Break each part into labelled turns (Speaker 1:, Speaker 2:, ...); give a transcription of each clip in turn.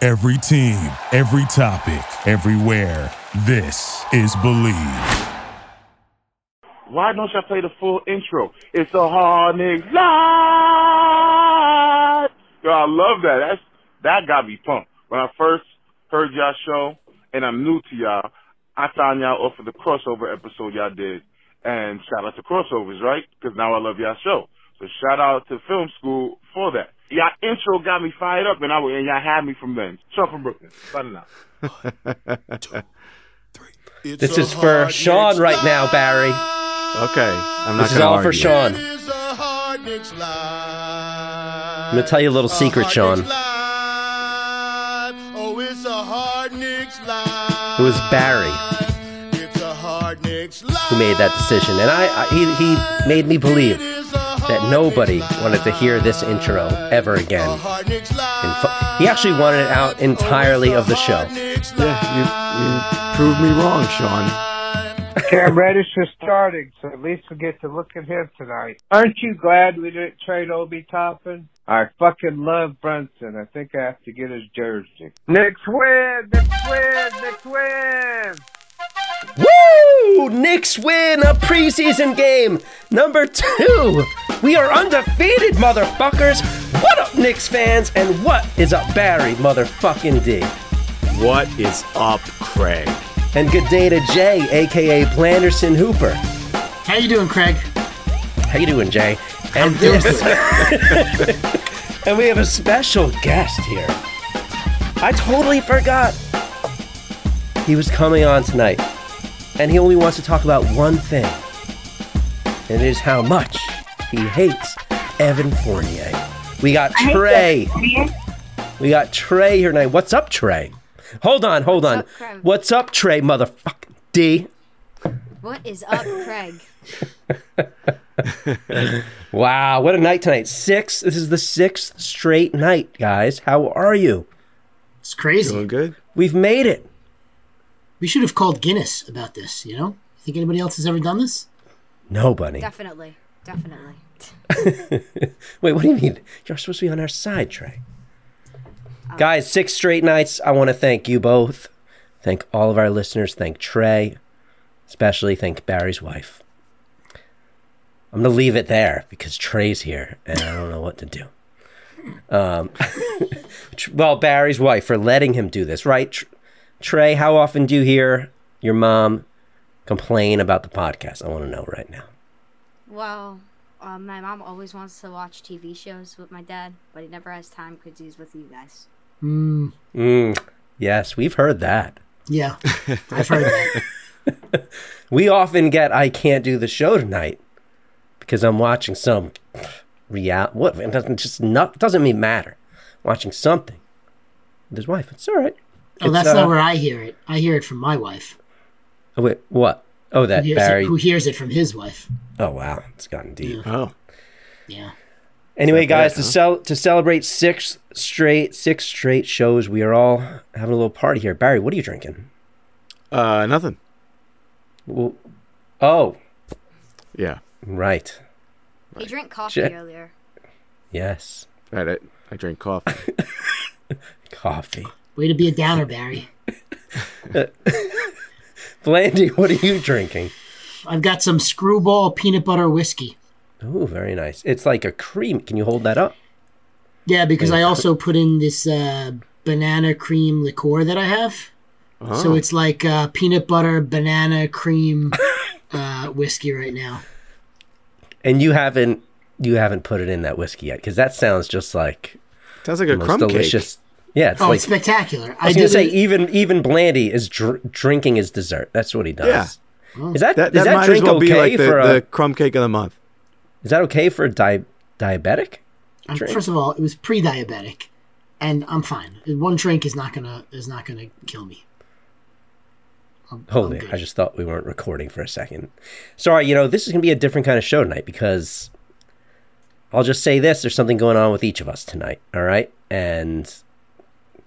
Speaker 1: Every team, every topic, everywhere. This is Believe.
Speaker 2: Why don't y'all play the full intro? It's a hard nigga lot. Yo, I love that. That's that got me pumped. When I first heard y'all show, and I'm new to y'all, I signed y'all off for the crossover episode y'all did, and shout out to crossovers, right? Because now I love y'all show. So shout out to Film School for that. Y'all intro got me fired up, and I and y'all had me from then. Sean from Brooklyn. Signing out.
Speaker 3: This is for Sean right now, Barry.
Speaker 4: Okay, I'm not
Speaker 3: This is
Speaker 4: gonna
Speaker 3: all
Speaker 4: argue.
Speaker 3: for Sean. I'm
Speaker 5: I'm
Speaker 3: gonna tell you a little secret, Sean.
Speaker 5: Oh, it's a hard Nick's life.
Speaker 3: It was Barry
Speaker 5: It's a hard Nick's life.
Speaker 3: who made that decision, and I, I he he made me believe that nobody wanted to hear this intro ever again.
Speaker 5: Hard Nick's life.
Speaker 3: In fa- he actually wanted it out entirely of the show.
Speaker 4: Yeah, you, you proved me wrong, Sean.
Speaker 6: Cam Reddish is starting, so at least we get to look at him tonight. Aren't you glad we didn't trade Obi Toppin? I fucking love Brunson. I think I have to get his jersey. Next win! Next win! Next win!
Speaker 3: Woo! Knicks win a preseason game number two. We are undefeated, motherfuckers. What up, Knicks fans? And what is up, Barry, motherfucking D?
Speaker 4: What is up, Craig?
Speaker 3: And good day to Jay, aka Blanderson Hooper.
Speaker 7: How you doing, Craig?
Speaker 3: How you doing, Jay? And this, and we have a special guest here. I totally forgot he was coming on tonight, and he only wants to talk about one thing, and it is how much he hates Evan Fournier. We got Trey. We got Trey here tonight. What's up, Trey? Hold on, hold on.
Speaker 8: up, Craig?
Speaker 3: What's up, Trey? Motherfucking D.
Speaker 8: What is up, Craig?
Speaker 3: Wow, what a night tonight. Six. This is the sixth straight night, guys. How are you?
Speaker 7: It's crazy.
Speaker 4: Doing good?
Speaker 3: We've made it.
Speaker 7: We should have called Guinness about this, you know? You think anybody else has ever done this?
Speaker 3: Nobody.
Speaker 8: Definitely. Definitely.
Speaker 3: Wait, what do you mean? You're supposed to be on our side, Trey. Guys, six straight nights. I want to thank you both. Thank all of our listeners. Thank Trey. Especially thank Barry's wife. I'm going to leave it there because Trey's here and I don't know what to do. Um, Tr- well, Barry's wife for letting him do this, right? Tr- Trey, how often do you hear your mom complain about the podcast? I want to know right now.
Speaker 8: Well, um, my mom always wants to watch TV shows with my dad, but he never has time because he's with you guys.
Speaker 7: Mm,
Speaker 3: Mm, yes, we've heard that.
Speaker 7: yeah. I've heard that.
Speaker 3: We often get I can't do the show tonight because I'm watching some real what it doesn't just not doesn't mean matter. watching something with his wife. It's all right.
Speaker 7: Oh,
Speaker 3: It's,
Speaker 7: that's
Speaker 3: uh,
Speaker 7: not where I hear it. I hear it from my wife.
Speaker 3: Oh, wait, what? Oh,
Speaker 7: Who
Speaker 3: that
Speaker 7: hears,
Speaker 3: Barry.
Speaker 7: it, who hears it from his wife.
Speaker 3: Oh wow, it's gotten deep.
Speaker 4: Oh,
Speaker 7: Yeah.
Speaker 3: Anyway,
Speaker 4: bad,
Speaker 3: guys, to
Speaker 4: huh?
Speaker 3: cel- to celebrate six straight six straight shows, we are all having a little party here. Barry, what are you drinking?
Speaker 4: uh, nothing.
Speaker 3: Well, oh,
Speaker 4: Yeah,
Speaker 3: right.
Speaker 8: He drank coffee
Speaker 3: Shit.
Speaker 8: earlier.
Speaker 3: Yes,
Speaker 4: right. I, I drink coffee.
Speaker 3: coffee.
Speaker 7: Way to be a downer, Barry.
Speaker 3: Blandy, what are you drinking?
Speaker 7: I've got some screwball peanut butter whiskey.
Speaker 3: Oh, very nice. It's like a cream. Can you hold that up?
Speaker 7: Yeah, because I also put in this uh, banana cream liqueur that I have.
Speaker 3: Ah.
Speaker 7: So it's like uh, peanut butter, banana cream uh, whiskey right now.
Speaker 3: And you haven't you haven't put it in that whiskey yet because that sounds just like
Speaker 4: Sounds like
Speaker 3: the
Speaker 4: a
Speaker 3: most
Speaker 4: crumb
Speaker 3: delicious. Yeah, it's
Speaker 7: Oh,
Speaker 3: like
Speaker 7: it's spectacular.
Speaker 3: I was
Speaker 7: did
Speaker 3: gonna say
Speaker 7: it-
Speaker 3: even even Blandy is dr- drinking his dessert. That's what he does.
Speaker 7: Oh.
Speaker 3: Is that,
Speaker 4: cake. That,
Speaker 3: is
Speaker 4: that,
Speaker 3: that
Speaker 4: might as
Speaker 3: drink
Speaker 4: well
Speaker 3: okay
Speaker 4: be like the,
Speaker 3: for a,
Speaker 4: the crumb cake of the month.
Speaker 3: is that okay for a di- diabetic?
Speaker 7: Um,
Speaker 3: drink.
Speaker 7: First of all, it was pre-diabetic, and I'm fine. One drink is not gonna is not gonna kill me. I'm-
Speaker 3: Hold
Speaker 7: I'm
Speaker 3: it.
Speaker 7: good.
Speaker 3: I just thought we weren't recording for a second. Sorry, you know, this is going to be a different kind of show tonight because I'll just say this there's something going on with each of us tonight. All right. And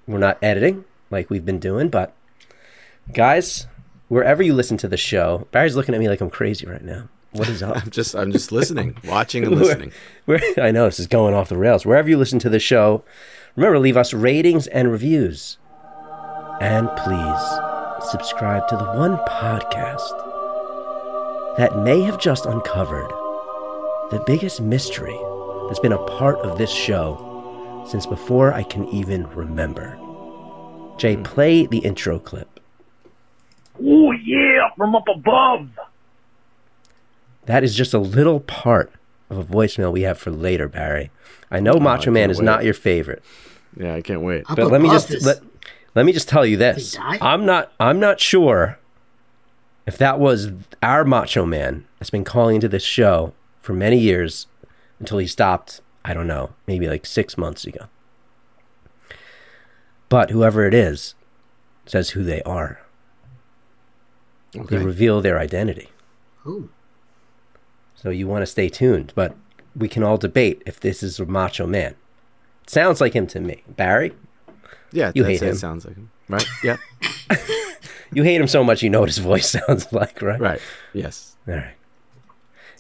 Speaker 3: we're not editing like we've been doing, but guys, wherever you listen to the show, Barry's looking at me like I'm crazy right now. What is up?
Speaker 4: I'm just, I'm just listening, watching and listening.
Speaker 3: Where, I know this is going off the rails. Wherever you listen to the show, Remember, leave us ratings and reviews. And please subscribe to the one podcast that may have just uncovered the biggest mystery that's been a part of this show since before I can even remember. Jay, play the intro clip.
Speaker 2: Oh yeah, from up above.
Speaker 3: That is just a little part of a voicemail we have for later, Barry. I know Macho
Speaker 4: I
Speaker 3: Man
Speaker 4: can't
Speaker 3: is
Speaker 4: wait.
Speaker 3: not your favorite,
Speaker 4: Yeah, I can't wait.
Speaker 7: Up
Speaker 3: but let me
Speaker 7: above
Speaker 3: just
Speaker 7: this.
Speaker 3: let, let me just tell you this.
Speaker 7: die?
Speaker 3: I'm not I'm not sure if that was our Macho Man that's been calling into this show for many years until he stopped, I don't know, maybe like 6 months ago. But whoever it is says who they are. They
Speaker 4: Okay.
Speaker 3: reveal their identity.
Speaker 7: Oh,
Speaker 3: So you want to stay tuned, but we can all debate if this is a macho man. It sounds like him to me. Barry,
Speaker 4: Yeah,
Speaker 3: You
Speaker 4: that's-
Speaker 3: hate
Speaker 4: that
Speaker 3: him.
Speaker 4: sounds like him. Right? Yeah.
Speaker 3: you hate him so much you know what his voice sounds like, right?
Speaker 4: right. Yes.
Speaker 3: All right.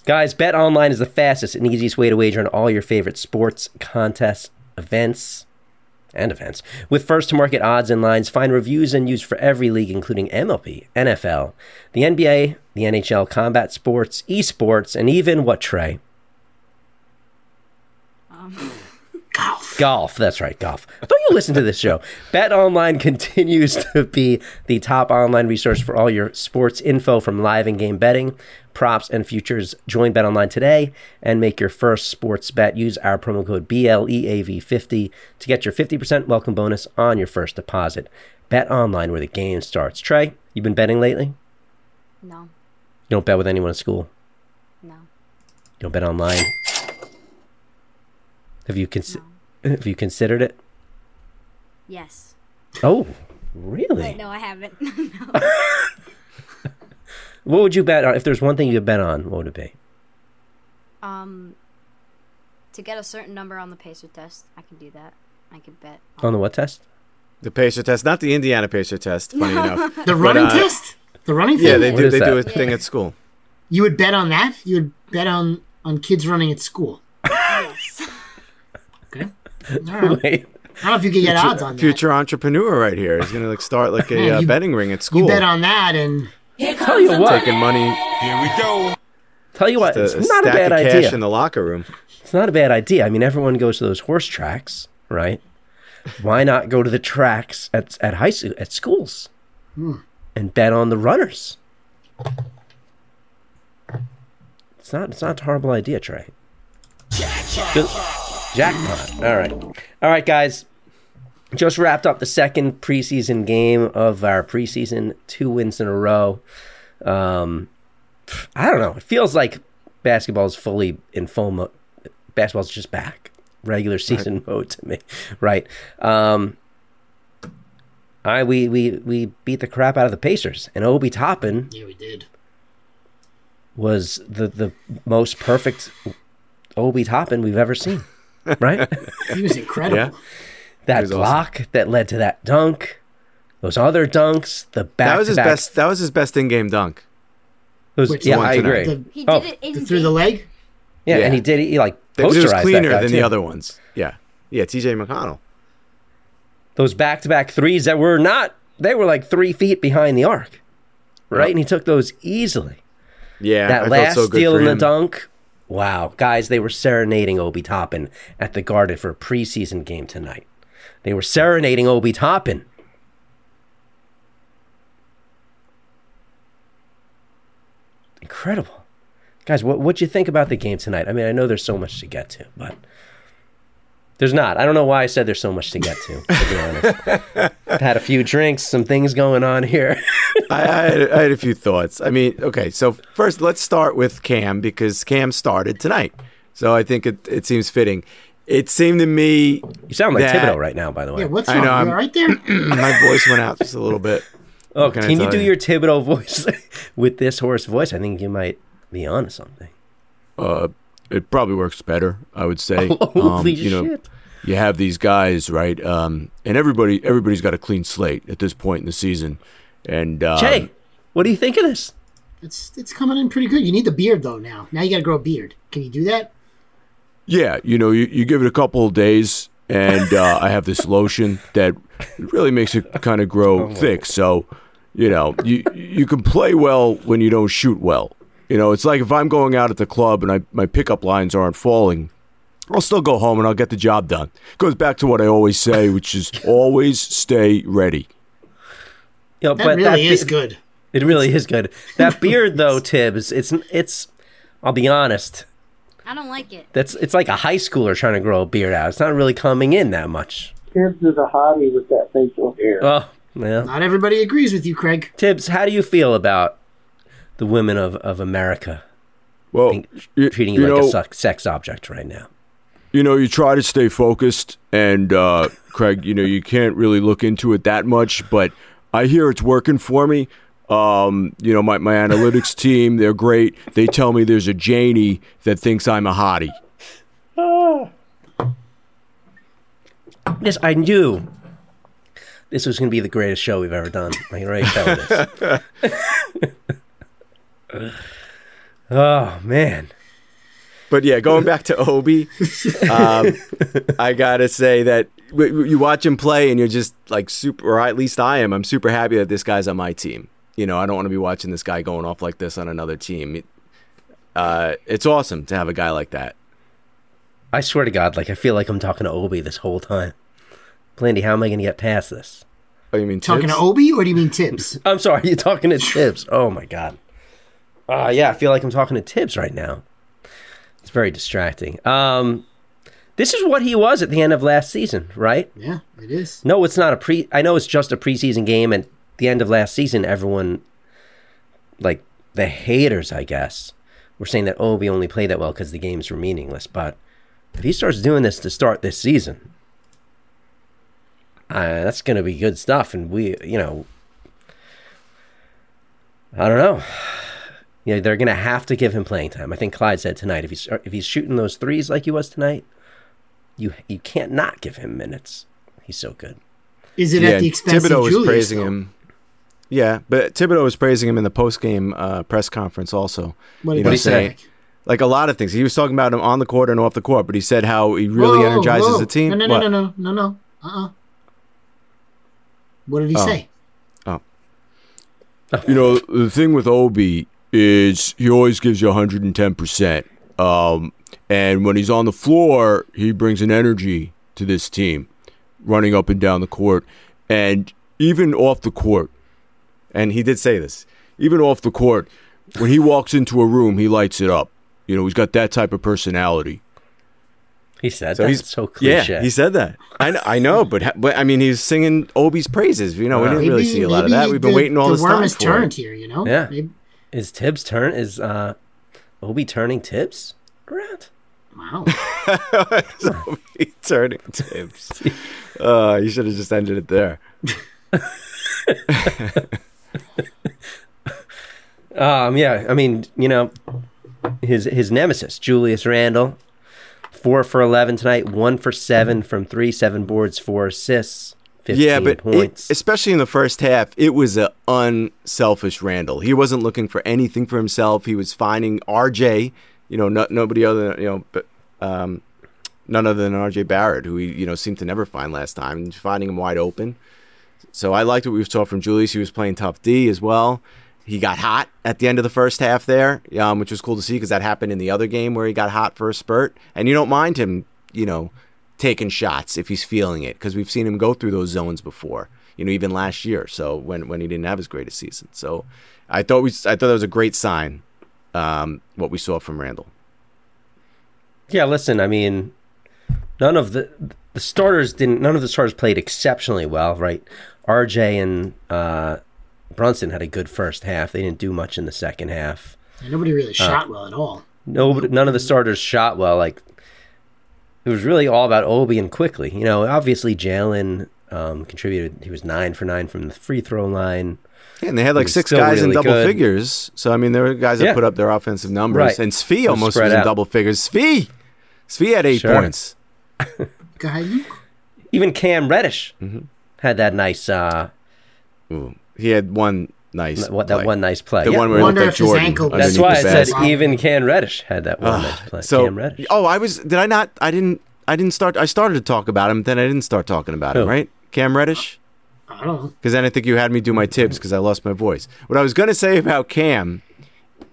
Speaker 3: Guys, Bet Online is the fastest and easiest way to wager on all your favorite sports, contests, events, and events. With first to market odds and lines, find reviews and use for every league, including MLB, NFL, the NBA, the NHL, combat sports, esports, and even what, Trey?
Speaker 7: golf.
Speaker 3: Golf, that's right, golf. Don't you listen to this show? Bet Online continues to be the top online resource for all your sports info from live and game betting, props, and futures. Join Bet Online today and make your first sports bet. Use our promo code E BLEAV50 to get your 50% welcome bonus on your first deposit. Bet Online, where the game starts. Trey, you been betting lately? You
Speaker 8: No,
Speaker 3: don't bet with anyone at school?
Speaker 8: no,
Speaker 3: You don't bet online? Have you, cons- have you considered it?
Speaker 8: yes.
Speaker 3: Oh, really?
Speaker 8: Wait, no, I haven't.
Speaker 3: What would you bet on? If there's one thing you could bet on, what would it be?
Speaker 8: um, to get a certain number on the pacer test, I can do that. I can bet.
Speaker 3: On the what test?
Speaker 4: The pacer test, not the Indiana pacer test. Funny enough.
Speaker 7: The running
Speaker 4: uh,
Speaker 7: test? The running
Speaker 4: Yeah,
Speaker 7: thing?
Speaker 4: they
Speaker 3: What
Speaker 4: do.
Speaker 3: is
Speaker 4: They do a
Speaker 3: that?
Speaker 4: thing at school.
Speaker 7: You would bet on that? You would bet on, on kids running at school? okay. All right.
Speaker 3: Wait,
Speaker 7: I don't know if you could get odds on that.
Speaker 4: Future entrepreneur right here. He's gonna like start like a
Speaker 7: Yeah,
Speaker 4: uh,
Speaker 7: you-
Speaker 4: betting ring at
Speaker 7: You
Speaker 4: school.
Speaker 7: bet on that and
Speaker 3: tell you what,
Speaker 4: Taking money,
Speaker 3: tell you what,
Speaker 4: the
Speaker 3: it's
Speaker 4: a
Speaker 3: not a
Speaker 4: stack
Speaker 3: bad
Speaker 4: of cash
Speaker 3: idea.
Speaker 4: in the locker room.
Speaker 3: It's not a bad idea. I mean, everyone goes to those horse tracks, right? Why not go to the tracks at at high school at schools and bet on the runners? It's not it's not a horrible idea, Trey. Good- Jackpot. All right, all right, guys. Just wrapped up the second preseason game of our preseason, two wins in a row. Um, I don't know. It feels like basketball is fully in full mode. Basketball's just back, regular season mode to me, right? Um, I we we we beat the crap out of the Pacers, and Obi Toppin
Speaker 7: yeah, we did.
Speaker 3: was the the most perfect Obi Toppin we've ever seen, right?
Speaker 7: He was
Speaker 4: Yeah.
Speaker 7: incredible.
Speaker 3: that
Speaker 4: was awesome.
Speaker 3: block that led to that dunk, those other dunks, the back
Speaker 4: That was his
Speaker 3: back,
Speaker 4: best. That was his best in-game dunk.
Speaker 7: Which
Speaker 3: yeah,
Speaker 4: one
Speaker 3: I
Speaker 4: tonight?
Speaker 3: agree.
Speaker 7: The,
Speaker 8: He did
Speaker 3: Oh,
Speaker 8: it in
Speaker 7: the- through the
Speaker 8: game.
Speaker 7: leg?
Speaker 3: yeah, and
Speaker 4: yeah.
Speaker 3: he did it. He like
Speaker 4: It was
Speaker 3: posterized
Speaker 4: cleaner
Speaker 3: that guy
Speaker 4: than
Speaker 3: too.
Speaker 4: the other ones. Yeah, yeah. T.J. McConnell.
Speaker 3: those back to back threes that were not, they were like three feet behind the arc, right? And he took those easily.
Speaker 4: Yeah,
Speaker 3: That
Speaker 4: I
Speaker 3: last
Speaker 4: felt so good
Speaker 3: steal
Speaker 4: for
Speaker 3: in the
Speaker 4: him.
Speaker 3: dunk. Wow. Guys, they were serenading Obi Toppin at the Garden for a preseason game tonight. They were serenading Obi Toppin. Incredible. Guys, what what'd you think about the game tonight? I mean, I know there's so much to get to, but there's not. I don't know why I said there's so much to get to, to be honest. I've had a few drinks, some things going on here.
Speaker 4: I, I, had, I had a few thoughts. I mean, okay, so first let's start with Cam because Cam started tonight. So I think it, it seems fitting. It seemed to me,
Speaker 3: You sound like
Speaker 4: That-
Speaker 3: Thibodeau right now, by the way.
Speaker 7: Yeah, what's
Speaker 4: I
Speaker 7: wrong?
Speaker 4: know,
Speaker 7: You
Speaker 4: I'm- Um,
Speaker 7: all right there?
Speaker 4: my voice went out just a little bit.
Speaker 3: Oh,
Speaker 4: can I
Speaker 3: can, you
Speaker 4: tell
Speaker 3: do
Speaker 4: you?
Speaker 3: your Thibodeau voice with this hoarse voice? I think you might be onto something.
Speaker 4: Uh, it probably works better, I would say.
Speaker 3: Holy
Speaker 4: um, you know,
Speaker 3: shit.
Speaker 4: you have these guys, right? Um, and everybody, everybody's got a clean slate at this point in the season. And um,
Speaker 3: Jay, what do you think of this?
Speaker 7: It's it's coming in pretty good. You need the beard though now. Now you got to grow a beard. Can you do that?
Speaker 4: Yeah, you know, you, you give it a couple of days and uh, I have this lotion that really makes it kind of grow thick. So, you know, you you can play well when you don't shoot well. You know, it's like if I'm going out at the club and I, my pickup lines aren't falling, I'll still go home and I'll get the job done. Goes back to what I always say, which is always stay ready.
Speaker 3: Yo,
Speaker 7: That
Speaker 3: but
Speaker 7: really
Speaker 3: that be-
Speaker 7: is good.
Speaker 3: It really is good. That beard though, Tibbs, it's it's. I'll be honest.
Speaker 8: I don't like it.
Speaker 3: That's it's like a high schooler trying to grow a beard out. It's not really coming in that much.
Speaker 9: Tibbs is a hobby with that facial hair.
Speaker 3: Oh, yeah.
Speaker 7: Not everybody agrees with you, Craig.
Speaker 3: Tibbs, how do you feel about the women of, of America
Speaker 4: Well,
Speaker 3: think- treating you, like a a sex object right now?
Speaker 4: you know, you try to stay focused, and uh, Craig, you know, you can't really look into it that much, but I hear it's working for me. Um, you know, my, my analytics team, they're great. They tell me there's a Janie that thinks I'm a hottie.
Speaker 3: This I knew. This was going to be the greatest show we've ever done. I can already tell this. oh man,
Speaker 4: But yeah, going back to Obi, um, I gotta say that w- w- you watch him play, and you're just like super, or at least I am. I'm super happy that this guy's on my team. You know, I don't want to be watching this guy going off like this on another team. It- uh, it's awesome to have a guy like that.
Speaker 3: I swear to God, like I feel like I'm talking to Obi this whole time. Blandy, how am I going to get past this?
Speaker 4: Oh, you mean
Speaker 7: Talking
Speaker 4: tips?
Speaker 7: to Obi, or do you mean Tibbs?
Speaker 3: I'm sorry, you're talking to Tibbs. Oh my god. Uh, yeah, I feel like I'm talking to Tibbs right now. It's very distracting. Um, this is what he was at the end of last season, right?
Speaker 7: yeah, it is.
Speaker 3: No, it's not a pre. I know it's just a preseason game, and the end of last season, everyone, like the haters, I guess, were saying that oh, we only played that well because the games were meaningless. But if he starts doing this to start this season, uh, that's going to be good stuff. And we, you know, I don't know. You know, they're going to have to give him playing time. I think Clyde said tonight if he's if he's shooting those threes like he was tonight, you you can't not give him minutes. He's so good.
Speaker 7: Is it at the expense
Speaker 4: Thibodeau
Speaker 7: of
Speaker 4: was
Speaker 7: Julius?
Speaker 4: praising
Speaker 7: though?
Speaker 4: him. Yeah, but Thibodeau was praising him in the post game uh, press conference also.
Speaker 7: What
Speaker 4: you
Speaker 7: did
Speaker 4: know,
Speaker 7: he say?
Speaker 4: saying like a lot of things. He was talking about him on the court and off the court, but he said how he really
Speaker 7: Whoa,
Speaker 4: energizes
Speaker 7: whoa.
Speaker 4: the team.
Speaker 7: No, no, no,
Speaker 4: What?
Speaker 7: no, no, no, no. Uh-uh. What did he
Speaker 4: Oh.
Speaker 7: say?
Speaker 4: You know, the thing with Obi is he always gives you 110%. Um, and when he's on the floor, he brings an energy to this team, running up and down the court. And even off the court, and he did say this, even off the court, when he walks into a room, he lights it up. You know, he's got that type of personality.
Speaker 3: He said
Speaker 4: So
Speaker 3: that.
Speaker 4: he's
Speaker 3: so cliche.
Speaker 4: Yeah, he said that. I know, I know but, ha- but I mean, he's singing Obi's praises. You know, we
Speaker 3: Wow.
Speaker 4: didn't really
Speaker 7: Maybe-
Speaker 4: see a lot of
Speaker 7: maybe
Speaker 4: that. We've been
Speaker 7: the-
Speaker 4: waiting all
Speaker 7: the
Speaker 4: this
Speaker 7: worm
Speaker 4: time
Speaker 7: is
Speaker 4: for it.
Speaker 7: turned here, you know?
Speaker 3: Yeah.
Speaker 7: Maybe-
Speaker 3: is Tibbs turn? Is uh, Obi turning Tibbs around?
Speaker 7: wow.
Speaker 4: so many turning tips. Uh, you should have just ended it there.
Speaker 3: Um, yeah. I mean, you know, his his nemesis Julius Randle, four for eleven tonight, one for seven from three, seven boards, four assists, fifteen
Speaker 4: yeah, but it,
Speaker 3: points.
Speaker 4: especially in the first half, it was an unselfish Randall. He wasn't looking for anything for himself. He was finding RJ, you know, no, nobody other than, you know, but um, none other than RJ Barrett, who he, you know, seemed to never find last time, and finding him wide open. So I liked what we saw from Julius. He was playing tough D as well. He got hot at the end of the first half there, um, which was cool to see because that happened in the other game where he got hot for a spurt. And you don't mind him, you know, taking shots if he's feeling it because we've seen him go through those zones before, you know, even last year. So when, when he didn't have his greatest season, so I thought we I thought that was a great sign, um, what we saw from Randall.
Speaker 3: yeah, listen. I mean, none of the the starters didn't. None of the starters played exceptionally well, right? RJ and uh, Brunson had a good first half. They didn't do much in the second half.
Speaker 7: And nobody really shot well at all.
Speaker 3: No, none of the starters shot well. Like it was really all about Obi and quickly. You know, obviously Jalen um, contributed. He was nine for nine from the free throw line.
Speaker 4: Yeah, and they had like
Speaker 3: was
Speaker 4: six
Speaker 3: still
Speaker 4: guys in
Speaker 3: really
Speaker 4: double
Speaker 3: good.
Speaker 4: figures. So I mean, there were guys that
Speaker 3: Yeah.
Speaker 4: put up their offensive numbers,
Speaker 3: Right.
Speaker 4: and Svi almost
Speaker 3: spread
Speaker 4: was in
Speaker 3: out.
Speaker 4: double figures. Svi, Svi had eight
Speaker 3: Sure.
Speaker 4: points.
Speaker 7: Go ahead, Luke.
Speaker 3: Even Cam Reddish had that nice uh,
Speaker 4: Mm-hmm. Ooh, he had one nice.
Speaker 3: what that
Speaker 4: play.
Speaker 3: one nice play.
Speaker 4: The
Speaker 3: Yeah.
Speaker 4: one where it looked
Speaker 7: Wonder
Speaker 4: like
Speaker 7: if his
Speaker 4: Jordan.
Speaker 7: ankle-
Speaker 4: underneath
Speaker 3: That's why I
Speaker 4: the
Speaker 3: said
Speaker 4: basket.
Speaker 7: basket.
Speaker 3: even Cam Reddish had that one nice play.
Speaker 4: So,
Speaker 3: Cam Reddish.
Speaker 4: oh, I was. Did I not? I didn't. I didn't start. I started to talk about him, then I didn't start talking about him,
Speaker 3: Who?
Speaker 4: right? Cam Reddish?
Speaker 7: I don't know.
Speaker 4: Because then I think you had me do my tips because I lost my voice. What I was going to say about Cam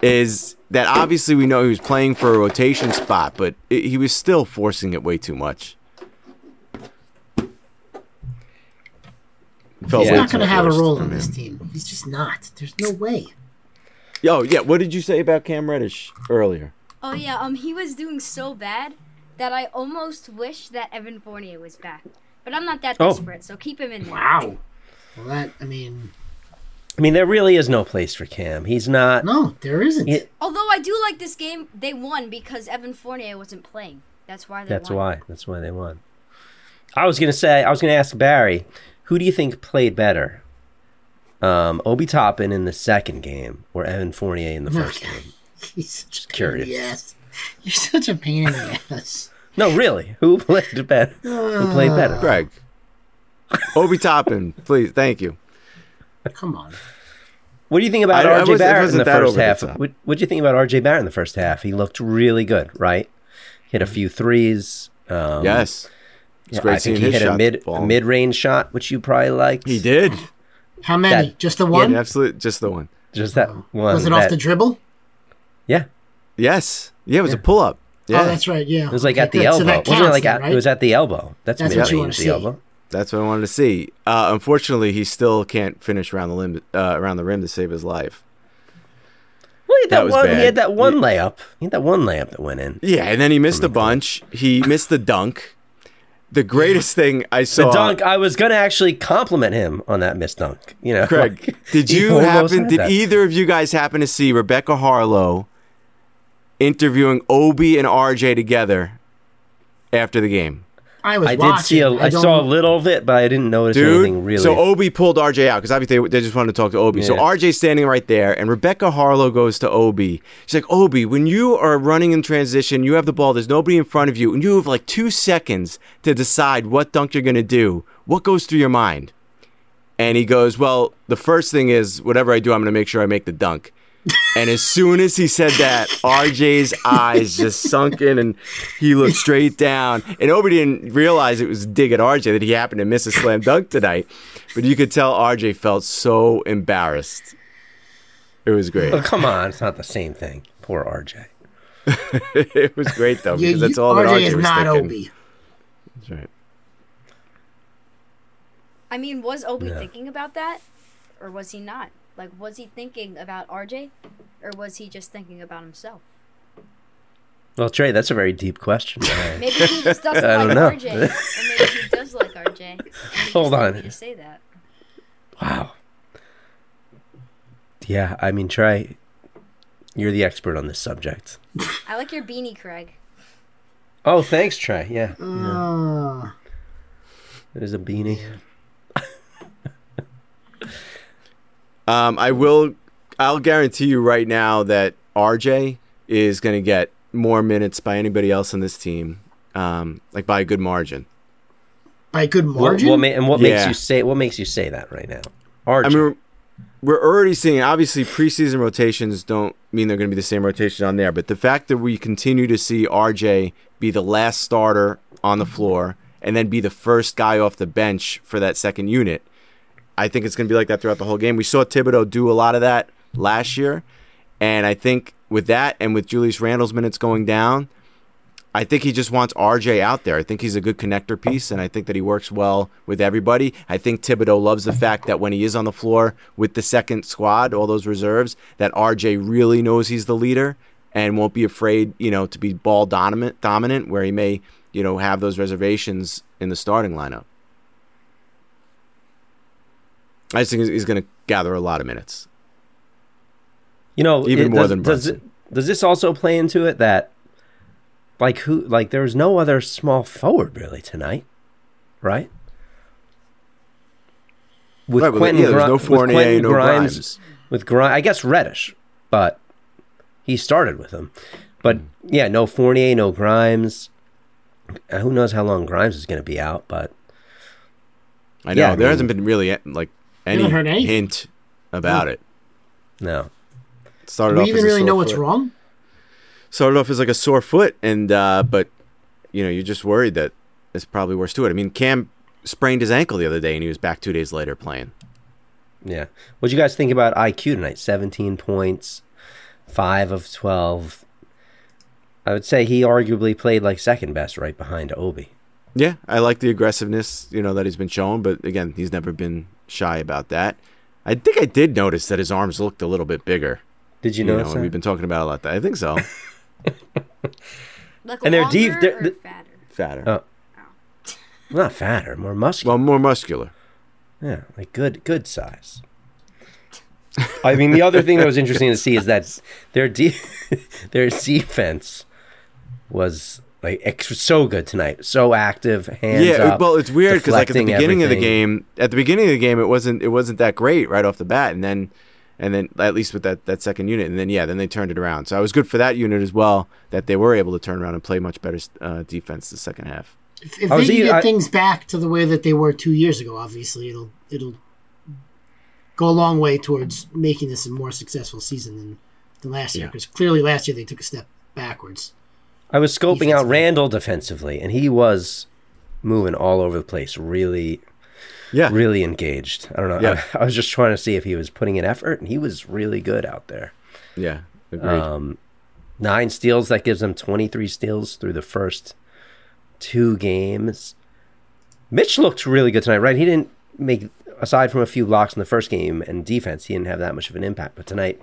Speaker 4: is that obviously we know he was playing for a rotation spot, but it, he was still forcing it way too much. Felt
Speaker 7: He's
Speaker 4: way
Speaker 7: not
Speaker 4: too
Speaker 7: going to have a
Speaker 4: forced
Speaker 7: role
Speaker 4: for
Speaker 7: in
Speaker 4: me.
Speaker 7: this team. He's just not. There's no way.
Speaker 4: Yo, yeah. What did you say about Cam Reddish earlier?
Speaker 8: Oh yeah, um, he was doing so bad that I almost wish that Evan Fournier was back. But I'm not that
Speaker 3: Oh.
Speaker 8: desperate, so keep him in there.
Speaker 7: Wow. Well, that I mean,
Speaker 3: I mean, there really is no place for Cam. He's not.
Speaker 7: no, there isn't.
Speaker 3: Yeah.
Speaker 8: Although I do like this game, they won because Evan Fournier wasn't playing. That's why they
Speaker 3: That's
Speaker 8: won.
Speaker 3: why. That's why they won. I was gonna say. I was gonna ask Barry, who do you think played better? Um, Obi Toppin in the second game, or Evan Fournier in the first game?
Speaker 7: He's such a pain
Speaker 3: curious.
Speaker 7: in the ass. You're such a pain in the ass.
Speaker 3: No, really. Who played better? Who played better?
Speaker 4: Greg. Obi Toppin, please. Thank you.
Speaker 7: Come on.
Speaker 3: Uh, What do you think about
Speaker 4: I- I
Speaker 3: RJ
Speaker 4: wasn't- it
Speaker 3: Barrett in
Speaker 4: wasn't
Speaker 3: the
Speaker 4: that
Speaker 3: first
Speaker 4: over the
Speaker 3: half?
Speaker 4: top.
Speaker 3: What what do you think about RJ Barrett in the first half? He looked really good, right? Hit a few threes. Um,
Speaker 4: yes. It's
Speaker 3: yeah,
Speaker 4: great
Speaker 3: I think
Speaker 4: seeing
Speaker 3: he
Speaker 4: his
Speaker 3: hit a
Speaker 4: shot
Speaker 3: mid a
Speaker 4: fall.
Speaker 3: mid-range shot, which you probably liked.
Speaker 4: He did.
Speaker 7: How many?
Speaker 3: That-
Speaker 7: Just the one?
Speaker 4: Absolutely. Just the one.
Speaker 3: Just that one.
Speaker 7: was it off
Speaker 3: that-
Speaker 7: the dribble?
Speaker 3: Yeah,
Speaker 4: Yes. Yeah, it was a pull up. Yeah.
Speaker 7: Oh, that's right. Yeah.
Speaker 3: it was like at the
Speaker 7: good.
Speaker 3: elbow.
Speaker 7: So that counts,
Speaker 3: Wasn't it like
Speaker 7: then,
Speaker 3: at,
Speaker 7: right?
Speaker 3: it was at the elbow? That's,
Speaker 7: That's
Speaker 4: what you
Speaker 3: mid-range,
Speaker 7: wanna
Speaker 3: the
Speaker 7: see.
Speaker 3: elbow.
Speaker 4: That's what I wanted to see. Uh, unfortunately, he still can't finish around the limb, uh, around the rim to save his life.
Speaker 3: Well, he had
Speaker 4: That
Speaker 3: that,
Speaker 4: was
Speaker 3: one.
Speaker 4: bad.
Speaker 3: He had that one layup. He had that one layup that went in.
Speaker 4: Yeah, and then he missed a bunch. He missed the dunk. The greatest thing I
Speaker 3: The
Speaker 4: saw.
Speaker 3: dunk. I was gonna actually compliment him on that missed dunk. You know,
Speaker 4: Craig,
Speaker 3: like,
Speaker 4: did
Speaker 3: he
Speaker 4: you
Speaker 3: almost
Speaker 4: happen?
Speaker 3: had
Speaker 4: Did
Speaker 3: that.
Speaker 4: either of you guys happen to see Rebecca Harlow interviewing Obi and RJ together after the game?
Speaker 7: I was
Speaker 3: I did
Speaker 7: watching.
Speaker 3: see a. I
Speaker 7: don't-
Speaker 3: saw a little of it, but I didn't notice anything
Speaker 4: Dude,
Speaker 3: really.
Speaker 4: so Obi pulled RJ out because obviously they, they just wanted to talk to Obi. So
Speaker 3: Yeah.
Speaker 4: RJ's standing right there, and Rebecca Harlow goes to Obi. She's like, Obi, when you are running in transition, you have the ball, there's nobody in front of you, and you have like two seconds to decide what dunk you're going to do. What goes through your mind? And he goes, Well, the first thing is, whatever I do, I'm going to make sure I make the dunk. And as soon as he said that, RJ's eyes just sunk in and he looked straight down. And Obi didn't realize it was a dig at RJ that he happened to miss a slam dunk tonight. But you could tell RJ felt so embarrassed. It was
Speaker 3: Oh,
Speaker 4: great.
Speaker 3: come on, it's not the same thing. Poor RJ.
Speaker 4: it was great though,
Speaker 7: Yeah,
Speaker 4: because that's
Speaker 7: you-
Speaker 4: all that
Speaker 7: RJ,
Speaker 4: RJ
Speaker 7: is
Speaker 4: was
Speaker 7: not
Speaker 4: thinking.
Speaker 7: Obi.
Speaker 4: That's right.
Speaker 8: I mean, was Obi thinking about that, or was he not? Like, was he thinking about RJ, or was he just thinking about himself?
Speaker 3: Well, Trey, that's a very deep question. Uh,
Speaker 8: Maybe he just doesn't
Speaker 3: I don't
Speaker 8: like
Speaker 3: know.
Speaker 8: RJ, or maybe he does like RJ. and he just
Speaker 3: Hold
Speaker 8: didn't
Speaker 3: on.
Speaker 8: need To say that.
Speaker 3: wow. Yeah, I mean, Trey, you're the expert on this subject.
Speaker 8: I like your beanie, Craig.
Speaker 3: Oh, thanks, Trey. Yeah,
Speaker 8: Mm.
Speaker 7: Uh,
Speaker 3: there's a beanie.
Speaker 4: Um, I will. I'll guarantee you right now that RJ is going to get more minutes by anybody else on this team, um, like by a good margin.
Speaker 7: by a good
Speaker 3: What,
Speaker 7: margin.
Speaker 3: what ma- and what makes
Speaker 4: Yeah.
Speaker 3: you say what makes you say that right now? RJ.
Speaker 4: I mean, we're- we're already seeing. Obviously, preseason rotations don't mean they're going to be the same rotation on there. But the fact that we continue to see RJ be the last starter on the floor and then be the first guy off the bench for that second unit, I think it's going to be like that throughout the whole game. We saw Thibodeau do a lot of that last year, and I think with that and with Julius Randle's minutes going down, I think he just wants RJ out there. I think he's a good connector piece, and I think that he works well with everybody. I think Thibodeau loves the fact that when he is on the floor with the second squad, all those reserves, that RJ really knows he's the leader and won't be afraid, you know, to be ball dominant, dominant where he may, you know, have those reservations in the starting lineup. I just think he's- he's going to gather a lot of minutes.
Speaker 3: You know,
Speaker 4: Even more
Speaker 3: does,
Speaker 4: than
Speaker 3: does
Speaker 4: Brunson.
Speaker 3: does this also play into it that like who like there was no other small forward really tonight, right? With
Speaker 4: Right, well, yeah, there was
Speaker 3: Gri-
Speaker 4: no
Speaker 3: with
Speaker 4: Fournier,
Speaker 3: Quentin
Speaker 4: no
Speaker 3: Grimes,
Speaker 4: Grimes.
Speaker 3: with Grimes, I guess Reddish, but he started with him. But yeah, no Fournier, no Grimes. Uh, Who knows how long Grimes is going to be out? But
Speaker 4: I know
Speaker 3: Yeah, I
Speaker 4: there
Speaker 3: mean-
Speaker 4: hasn't been really eh, like any
Speaker 7: haven't heard anything.
Speaker 4: hint about it.
Speaker 3: no,
Speaker 4: Started
Speaker 7: Do we
Speaker 4: off as
Speaker 7: even
Speaker 4: a
Speaker 7: really
Speaker 4: sore
Speaker 7: know what's
Speaker 4: foot.
Speaker 7: wrong?
Speaker 4: started off as like a sore foot and uh but you know, you're just worried that it's probably worse to it. I mean, Cam sprained his ankle the other day, and he was back two days later playing.
Speaker 3: Yeah. What'd you guys think about IQ tonight? 17 points, 5 of 12. I would say he arguably played like second best right behind Obi.
Speaker 4: Yeah, I like the aggressiveness, you know, that he's been shown, but again, he's never been shy about that. I think I did notice that his arms looked a little bit bigger.
Speaker 3: Did you,
Speaker 4: You know,
Speaker 3: notice
Speaker 4: and we've
Speaker 3: that?
Speaker 4: been talking about a lot. That I think so.
Speaker 8: Like
Speaker 3: And they're deep-
Speaker 8: longer
Speaker 3: they're-
Speaker 8: or
Speaker 3: th-
Speaker 8: fatter?
Speaker 4: Fatter.
Speaker 3: Oh. Not fatter, more muscular.
Speaker 4: Well, more muscular.
Speaker 3: yeah, like good good size. I mean, the other thing that was interesting to see is that their de- their defense was like ex- so good tonight, so active, hands
Speaker 4: yeah,
Speaker 3: up,
Speaker 4: well, it's weird because like at the
Speaker 3: deflecting
Speaker 4: beginning of the
Speaker 3: everything.
Speaker 4: game, at the beginning of the game, it wasn't it wasn't that great right off the bat, and then and then at least with that that second unit, and then yeah, then they turned it around. So I was good for that unit as well that they were able to turn around and play much better uh, defense the second half.
Speaker 7: If, if
Speaker 3: I was
Speaker 7: they can
Speaker 3: eating-
Speaker 7: get
Speaker 3: I-
Speaker 7: things back to the way that they were two years ago, obviously it'll it'll go a long way towards making this a more successful season than, than last year.
Speaker 4: Yeah.
Speaker 7: Because clearly last year they took a step backwards.
Speaker 3: I was scoping out
Speaker 7: Defensively.
Speaker 3: Randall defensively, and he was moving all over the place, really,
Speaker 4: Yeah,
Speaker 3: really engaged. I don't know.
Speaker 4: Yeah.
Speaker 3: I, I was just trying to see if he was putting in effort, and he was really good out there.
Speaker 4: yeah, agreed.
Speaker 3: Um, nine steals, that gives him 23 steals through the first two games. Mitch looked really good tonight, right? He didn't make, aside from a few blocks in the first game and defense, he didn't have that much of an impact. But tonight,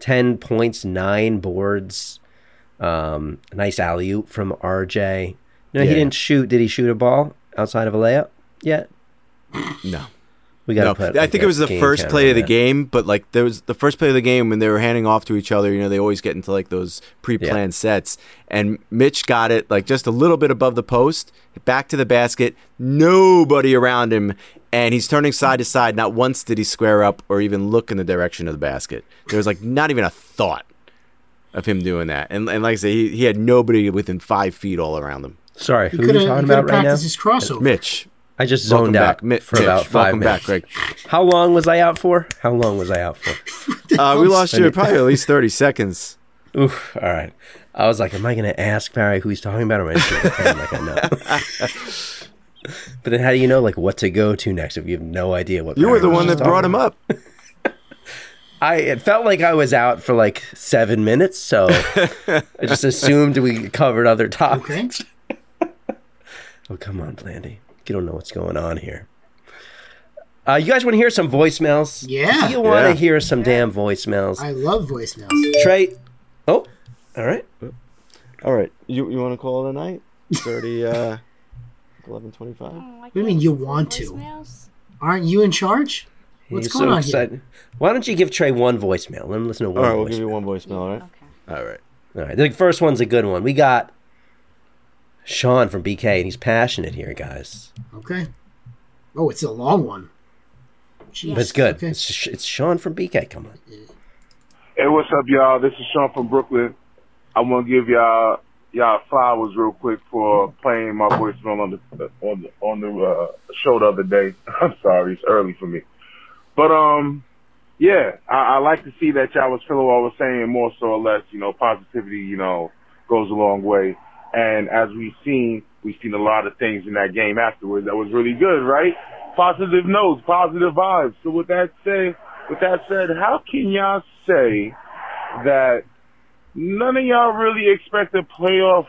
Speaker 3: 10 points, nine boards, um, a nice alley oop from RJ. No,
Speaker 4: Yeah.
Speaker 3: he didn't shoot. Did he shoot a ball outside of a layup yet?
Speaker 4: no.
Speaker 3: We got to
Speaker 4: No,
Speaker 3: put.
Speaker 4: I
Speaker 3: like,
Speaker 4: think
Speaker 3: a
Speaker 4: it was the
Speaker 3: game
Speaker 4: first
Speaker 3: count
Speaker 4: play of
Speaker 3: around
Speaker 4: the
Speaker 3: that.
Speaker 4: game, but like there was the first play of the game when they were handing off to each other. You know, they always get into like those pre-planned sets, and Mitch got it like just a little bit above the post, back to the basket, nobody around him, and he's turning side to side. Not once did he square up or even look in the direction of the basket. There was like not even a thought of him doing that, and and like I say, he, he had nobody within five feet all around him.
Speaker 3: Sorry,
Speaker 7: He
Speaker 3: who are
Speaker 7: could
Speaker 3: you
Speaker 7: have
Speaker 3: talking about right now?
Speaker 7: practiced his crossover.
Speaker 4: Mitch,
Speaker 3: I just
Speaker 4: welcome
Speaker 3: zoned out
Speaker 4: back, Mi-
Speaker 3: for
Speaker 4: Mitch,
Speaker 3: about five
Speaker 4: welcome
Speaker 3: minutes.
Speaker 4: back, Greg.
Speaker 3: How long was I out for? How long was I out for?
Speaker 4: Uh, we lost you
Speaker 3: Sorry.
Speaker 4: probably at least thirty seconds.
Speaker 3: Oof. All right. I was like, am I going to ask Barry who he's talking about? Or am I just going to pretend like I know? but then how do you know like what to go to next if you have no idea what
Speaker 4: You
Speaker 3: Barry
Speaker 4: were the
Speaker 3: was
Speaker 4: one
Speaker 3: just
Speaker 4: that brought
Speaker 3: talking
Speaker 4: him up.
Speaker 3: I it felt like I was out for like seven minutes, so I just assumed we covered other
Speaker 7: Okay.
Speaker 3: topics. Oh come on, Blandy. You don't know what's going on here. Uh, you guys want to hear some voicemails?
Speaker 7: Yeah.
Speaker 3: You want to
Speaker 4: Yeah.
Speaker 3: hear some damn voicemails?
Speaker 7: I love voicemails.
Speaker 3: Trey. Oh, all right.
Speaker 4: All right, you you want to call it a night? Thirty, uh, eleven twenty-five.
Speaker 8: Oh, I
Speaker 7: do you mean
Speaker 8: can't
Speaker 7: you
Speaker 8: listen
Speaker 7: want to?
Speaker 8: voicemails?
Speaker 7: Aren't you in charge? What's
Speaker 3: He's
Speaker 7: going on here?
Speaker 3: excited. Why don't you give Trey one voicemail? Let him listen to
Speaker 4: All
Speaker 3: one
Speaker 4: right, we'll
Speaker 3: voicemail.
Speaker 4: give you one voicemail. All right.
Speaker 8: Okay.
Speaker 4: All right.
Speaker 3: All right, the first one's a good one. We got Sean from BK, and he's passionate here, guys.
Speaker 7: Okay. Oh, it's a long one. Jeez.
Speaker 3: But it's good.
Speaker 7: Okay.
Speaker 3: It's, Sh- it's Sean from BK. Come on.
Speaker 2: Hey, what's up, y'all? This is Sean from Brooklyn. I want to give y'all y'all flowers real quick for playing my voicemail on the on the on the uh, show the other day. I'm sorry, it's early for me, but um, yeah, I, I like to see that y'all was feeling what I was saying more so or less. You know, positivity, you know, goes a long way. And as we've seen, we've seen a lot of things in that game afterwards that was really good, right? Positive notes, positive vibes. So with that said, with that said, how can y'all say that none of y'all really expect a playoff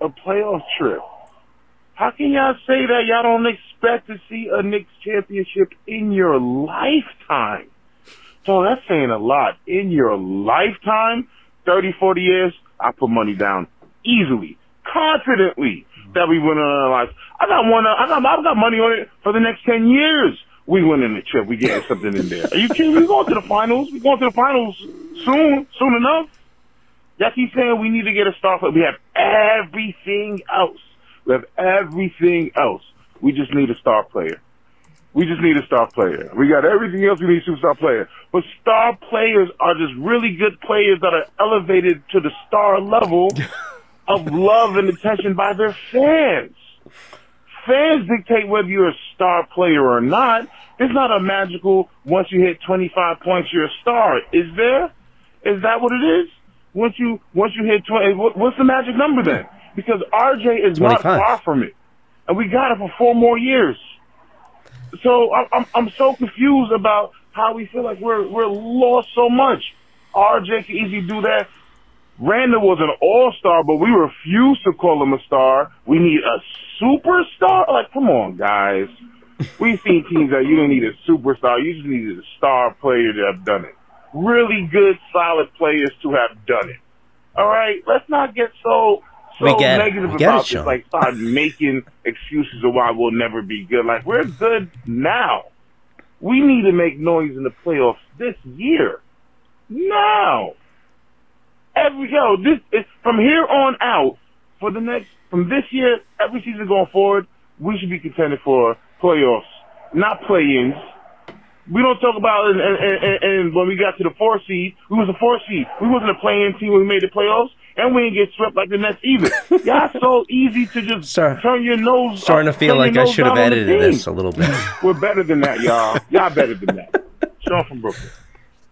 Speaker 2: a playoff trip? How can y'all say that y'all don't expect to see a Knicks championship in your lifetime? So that's saying a lot. In your lifetime, 30, 40 years, I put money down easily, confidently that we win in our life. I got one. uh, I got. I've got money on it for the next ten years. We winning the trip. We getting something in there. Are you kidding? We going to the finals. We going to the finals soon. Soon enough. Y'all keep saying we need to get a star, but we have everything else. We have everything else. We just need a star player. We just need a star player. We got everything else. We need a superstar player. But star players are just really good players that are elevated to the star level of love and attention by their fans. Fans dictate whether you're a star player or not. It's not a magical once you hit 25 points you're a star, is there? Is that what it is? Once you once you hit 20, what, what's the magic number then? because RJ is not
Speaker 3: 25.
Speaker 2: far from it, and we got it for four more years. So I'm I'm, I'm so confused about how we feel like we're we're lost so much. RJ can easily do that. Randall was an all star, but we refuse to call him a star. We need a superstar. Like, come on, guys. We've seen teams that you don't need a superstar. You just need a star player to have done it. Really good, solid players to have done it. All right, let's not get so so
Speaker 3: We get it.
Speaker 2: negative
Speaker 3: We get it,
Speaker 2: about
Speaker 3: Sean.
Speaker 2: this. Like, start making excuses of why we'll never be good. Like, we're good now. We need to make noise in the playoffs this year. Now, every yo, this is from here on out for the next from this year, every season going forward, we should be contending for playoffs, not play-ins. We don't talk about and, and, and, and when we got to the four seed, we was a four seed. We wasn't a play-in team when we made the playoffs, and we didn't get swept like the Nets either. Y'all so easy to just
Speaker 3: Sir,
Speaker 2: turn your nose.
Speaker 3: Starting to
Speaker 2: up,
Speaker 3: feel
Speaker 2: turn your
Speaker 3: like I
Speaker 2: nose
Speaker 3: should have
Speaker 2: down on the
Speaker 3: edited
Speaker 2: team.
Speaker 3: this a little bit.
Speaker 2: We're better than that, y'all. Y'all better than that. Sean from Brooklyn.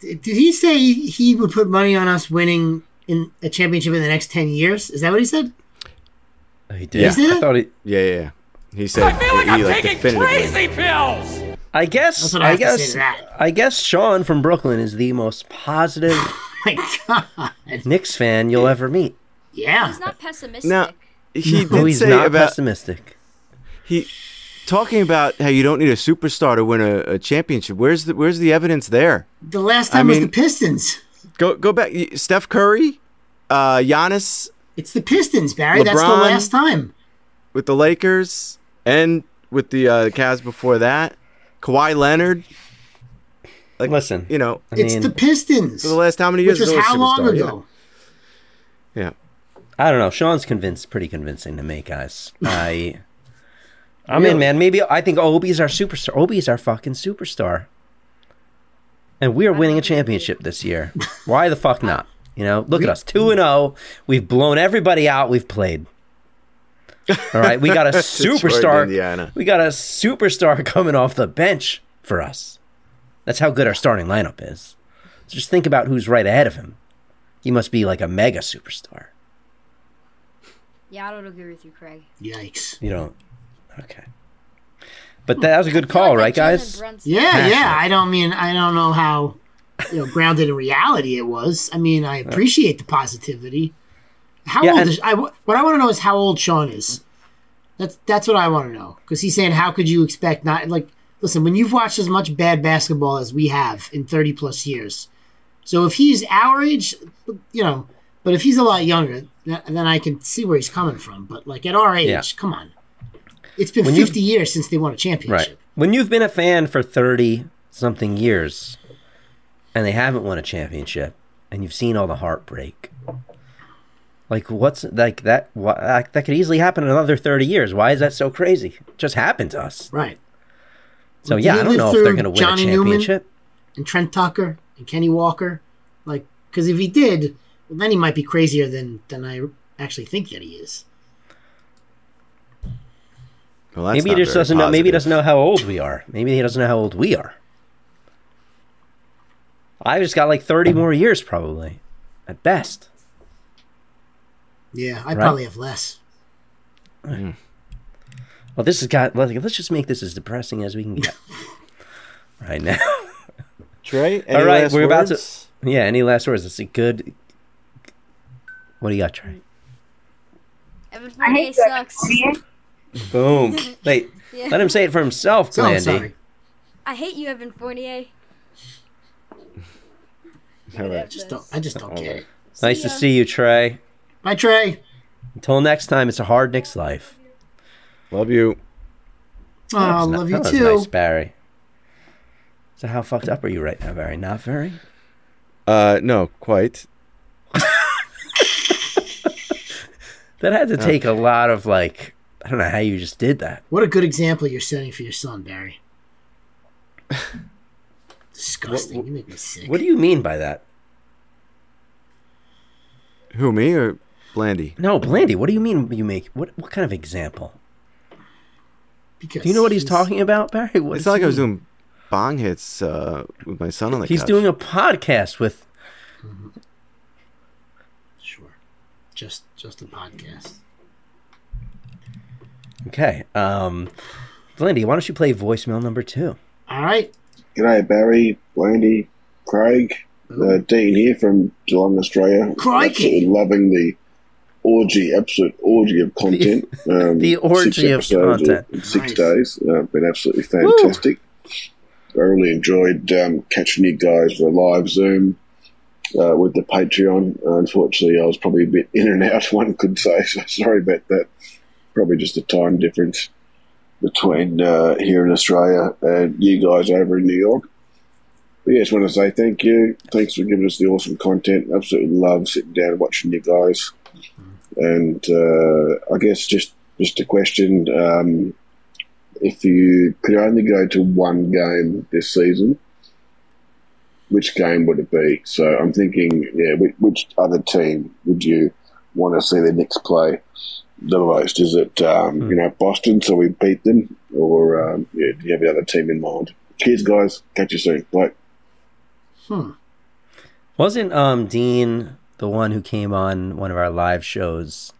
Speaker 7: Did he say he would put money on us winning in a championship in the next ten years? Is that what he said?
Speaker 3: He did.
Speaker 4: Yeah.
Speaker 7: Is it?
Speaker 3: I thought he.
Speaker 4: Yeah, yeah. yeah. He said he like definitively.
Speaker 3: I guess.
Speaker 7: That's what I
Speaker 3: I,
Speaker 7: have to say
Speaker 3: guess.
Speaker 7: to that.
Speaker 3: I guess Sean from Brooklyn is the most positive
Speaker 7: My God.
Speaker 3: Knicks fan you'll ever meet.
Speaker 7: Yeah.
Speaker 8: He's not pessimistic.
Speaker 4: Now he
Speaker 3: No,
Speaker 4: did
Speaker 3: he's
Speaker 4: say
Speaker 3: not
Speaker 4: about
Speaker 3: pessimistic.
Speaker 4: he talking about how you don't need a superstar to win a, a championship. Where's the where's the evidence there?
Speaker 7: The last
Speaker 4: I
Speaker 7: time was
Speaker 4: mean-
Speaker 7: the Pistons.
Speaker 4: Go go back. y- Steph Curry, uh, Giannis
Speaker 7: It's the Pistons, Barry. That's the
Speaker 4: LeBron.
Speaker 7: last time.
Speaker 4: with the Lakers and with the uh, Cavs before that. Kawhi Leonard. Like,
Speaker 3: Listen.
Speaker 4: you know,
Speaker 3: I
Speaker 7: It's
Speaker 3: mean,
Speaker 7: the Pistons.
Speaker 4: for the last how many years?
Speaker 7: which was
Speaker 4: there a
Speaker 7: how long
Speaker 4: superstar? Yeah.
Speaker 7: ago?
Speaker 4: Yeah.
Speaker 3: I don't know. Sean's convinced, pretty convincing to me, guys. I, I'm in, man. Maybe I think Obi's our superstar. Obi's our fucking superstar, and we are winning a championship this year. Why the fuck not? You know, look at us, two and zero. We've blown everybody out. We've played. All right, we got a
Speaker 4: Detroit,
Speaker 3: superstar.
Speaker 4: Indiana.
Speaker 3: We got a superstar coming off the bench for us. That's how good our starting lineup is. So just think about who's right ahead of him. He must be like a mega superstar.
Speaker 8: Yeah, I don't agree with you, Craig.
Speaker 7: Yikes.
Speaker 3: You don't. Okay. But that was a good
Speaker 8: I feel
Speaker 3: call,
Speaker 8: like
Speaker 3: right,
Speaker 8: that Jalen
Speaker 3: guys?
Speaker 8: Brunson-
Speaker 7: Yeah, yeah.
Speaker 3: Passionate.
Speaker 7: I don't mean I don't know how you know, grounded in reality it was. I mean, I appreciate the positivity. How
Speaker 3: Yeah,
Speaker 7: old
Speaker 3: and-
Speaker 7: is I? What I want to know is how old Sean is. That's that's what I want to know because he's saying how could you expect not like listen when you've watched as much bad basketball as we have in thirty plus years. So if he's our age, you know, but if he's a lot younger, th- then I can see where he's coming from. But like at our age,
Speaker 3: Yeah.
Speaker 7: come on, it's been
Speaker 3: When you've-
Speaker 7: fifty years since they won a championship.
Speaker 3: Right. When you've been a fan for 30 something years and they haven't won a championship and you've seen all the heartbreak. Like what's like that wha- that that could easily happen in another 30 years. Why is that so crazy? It just happened to us.
Speaker 7: Right.
Speaker 3: So
Speaker 7: Did
Speaker 3: yeah,
Speaker 7: he
Speaker 3: I don't
Speaker 7: live
Speaker 3: know if they're
Speaker 7: through
Speaker 3: going to win
Speaker 7: Johnny
Speaker 3: a
Speaker 7: Newman?
Speaker 3: championship.
Speaker 7: and Trent Tucker and Kenny Walker. Like, because if he did, well, then he might be crazier than than I actually think that he is.
Speaker 4: Well, that's
Speaker 3: Maybe he
Speaker 4: not
Speaker 3: just
Speaker 4: very
Speaker 3: doesn't know maybe he
Speaker 4: positive.
Speaker 3: doesn't know how old we are. Maybe he doesn't know how old we are. I've just got like 30 more years probably at best.
Speaker 7: Yeah, I
Speaker 3: Right. Mm.
Speaker 7: probably have less.
Speaker 3: Well, this has got. Let's let's just make this as depressing as we can get right now.
Speaker 4: Trey,
Speaker 3: All
Speaker 4: any
Speaker 3: right,
Speaker 4: last
Speaker 3: we're about to.
Speaker 4: words?
Speaker 3: Yeah. Any last words? It's a good. What do you got, Trey?
Speaker 8: Evan Fournier sucks.
Speaker 3: Boom. Wait.
Speaker 8: Yeah.
Speaker 3: Let him say it for himself,
Speaker 7: So
Speaker 3: Blandy.
Speaker 7: I'm sorry.
Speaker 8: I hate you, Evan Fournier.
Speaker 4: All right.
Speaker 8: Just
Speaker 7: Don't, I just don't care.
Speaker 3: Nice to see you, Trey.
Speaker 7: Bye, Trey.
Speaker 3: Until next time, it's a hard Knicks life.
Speaker 4: Love you.
Speaker 7: Oh, love you
Speaker 3: that
Speaker 7: too.
Speaker 3: Was nice, Barry. So how fucked up are you right now, Barry? Not very.
Speaker 4: Uh, no, quite.
Speaker 3: That had to take a lot of like. I don't know how you just did that.
Speaker 7: What a good example you're setting for your son, Barry. Disgusting. you make me sick.
Speaker 3: What do you mean by that?
Speaker 4: Who me or Blandy?
Speaker 3: No, Blandy. What do you mean? You make what? What kind of example?
Speaker 7: because
Speaker 3: Do you know what he's, talking about, Barry? What
Speaker 4: It's
Speaker 3: is
Speaker 4: not like I
Speaker 3: he-
Speaker 4: was doing bong hits uh, with my son on the
Speaker 3: He's
Speaker 4: couch.
Speaker 3: doing a podcast with.
Speaker 7: Sure. Just just a podcast.
Speaker 3: Okay. Um, Blindy, why don't you play voicemail number two?
Speaker 7: All right.
Speaker 9: G'day, Barry, Blandy, Craig. Uh, Dean here from Geelong, Australia.
Speaker 7: Crikey.
Speaker 9: Absolutely loving the orgy, absolute orgy of content. Um,
Speaker 3: The orgy of
Speaker 9: episodes
Speaker 3: content.
Speaker 9: in Six
Speaker 7: Nice.
Speaker 9: days. Uh, been absolutely fantastic. I really enjoyed um, catching you guys for a live Zoom uh, with the Patreon. Uh, unfortunately, I was probably a bit in and out, one could say. So sorry about that. Probably just a time difference between uh, here in Australia and you guys over in New York. But yeah, just want to say thank you. Thanks for giving us the awesome content. Absolutely love sitting down and watching you guys. And uh, I guess just just a question: um, if you could only go to one game this season, which game would it be? So I'm thinking, yeah, which, which other team would you want to see the next play the most? Is it um, you know Boston, so we beat them, or um, yeah, do you have another team in mind? Cheers, guys. Catch you soon. Bye.
Speaker 3: Wasn't um, Dean the one who came on one of our live shows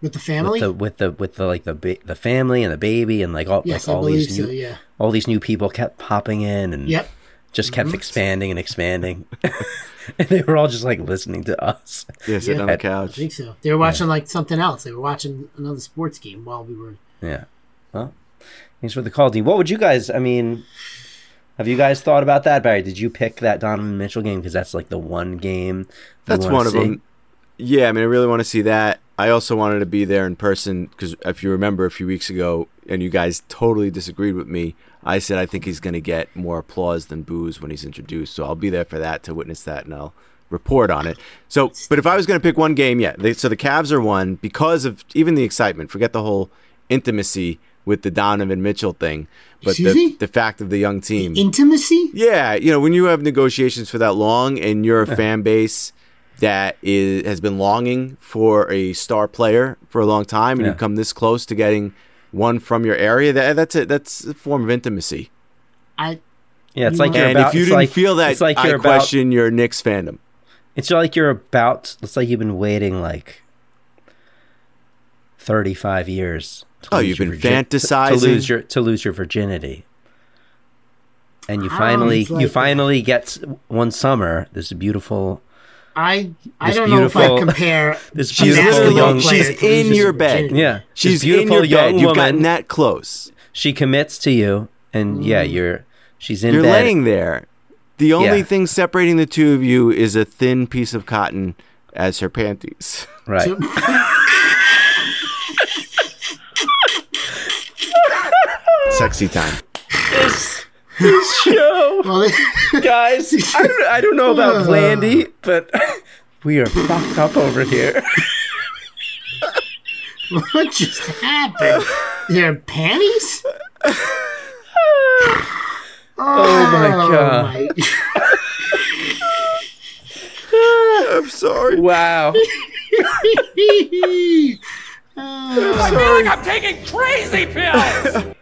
Speaker 7: With the
Speaker 3: with
Speaker 7: family?
Speaker 3: the with the with the like the ba- the family and the baby and like all
Speaker 7: yes,
Speaker 3: like
Speaker 7: I
Speaker 3: all
Speaker 7: believe
Speaker 3: these
Speaker 7: so,
Speaker 3: new
Speaker 7: yeah.
Speaker 3: all these new people kept popping in and
Speaker 7: Yep.
Speaker 3: just kept expanding and expanding, and they were all just like listening to us.
Speaker 4: Yeah, sit
Speaker 7: Yeah.
Speaker 4: on the
Speaker 7: I
Speaker 4: couch.
Speaker 7: think so. They were watching like something else. They were watching another sports game while we were.
Speaker 3: Yeah. Well, thanks for the call, Dean. What would you guys? I mean, have you guys thought about that, Barry? Did you pick that Donovan Mitchell game because that's like the one game? you
Speaker 4: That's
Speaker 3: wanna
Speaker 4: one of
Speaker 3: see?
Speaker 4: them. Yeah, I mean, I really want to see that. I also wanted to be there in person because if you remember a few weeks ago, and you guys totally disagreed with me, I said I think he's going to get more applause than booze when he's introduced. So I'll be there for that to witness that, and I'll report on it. So, but if I was going to pick one game, yeah, they, so the Cavs are one because of even the excitement. Forget the whole intimacy with the Donovan Mitchell thing, but
Speaker 7: Excuse
Speaker 4: the,
Speaker 7: me?
Speaker 4: the fact of the young team.
Speaker 7: Intimacy?
Speaker 4: Yeah, you know, when you have negotiations for that long and you're a fan base that is has been longing for a star player for a long time and
Speaker 3: Yeah.
Speaker 4: you come this close to getting one from your area, that, that's a that's a form of intimacy.
Speaker 7: I
Speaker 3: Yeah, it's like
Speaker 7: You wanna-
Speaker 3: you're
Speaker 4: and
Speaker 3: about.
Speaker 4: if you
Speaker 3: it's
Speaker 4: didn't
Speaker 3: like-
Speaker 4: feel that,
Speaker 3: it's like
Speaker 4: I
Speaker 3: you're about.
Speaker 4: question your Knicks fandom.
Speaker 3: It's like you're about. It's like you've been waiting like thirty-five years. To
Speaker 4: Oh,
Speaker 3: lose
Speaker 4: you've
Speaker 3: your
Speaker 4: been
Speaker 3: virgin- to-
Speaker 4: fantasizing?
Speaker 3: to lose your to lose your virginity, and you
Speaker 7: Ah,
Speaker 3: finally
Speaker 7: it's like
Speaker 3: you
Speaker 7: that.
Speaker 3: finally get s- one summer this beautiful
Speaker 7: I I
Speaker 3: This
Speaker 7: don't know if I
Speaker 3: beautiful-
Speaker 7: compare.
Speaker 3: this
Speaker 7: a
Speaker 4: She's
Speaker 3: beautiful
Speaker 7: basketball
Speaker 4: literally-
Speaker 3: young
Speaker 7: player
Speaker 4: she's
Speaker 7: to lose
Speaker 4: in
Speaker 7: his
Speaker 4: your bed.
Speaker 7: virginity.
Speaker 3: yeah this
Speaker 4: She's in your bed. You've gotten that close.
Speaker 3: she commits to you and yeah
Speaker 4: Mm.
Speaker 3: you're she's in
Speaker 4: You're
Speaker 3: bed
Speaker 4: laying there. The only
Speaker 3: Yeah.
Speaker 4: thing separating the two of you is a thin piece of cotton as her panties.
Speaker 3: right
Speaker 7: So-
Speaker 4: Sexy time.
Speaker 3: show
Speaker 7: Well,
Speaker 3: guys I don't, I don't know about blandy but we are fucked up over here
Speaker 7: what just happened? Their panties?
Speaker 3: oh my god
Speaker 7: My,
Speaker 4: I'm sorry.
Speaker 3: wow
Speaker 7: Oh.
Speaker 3: i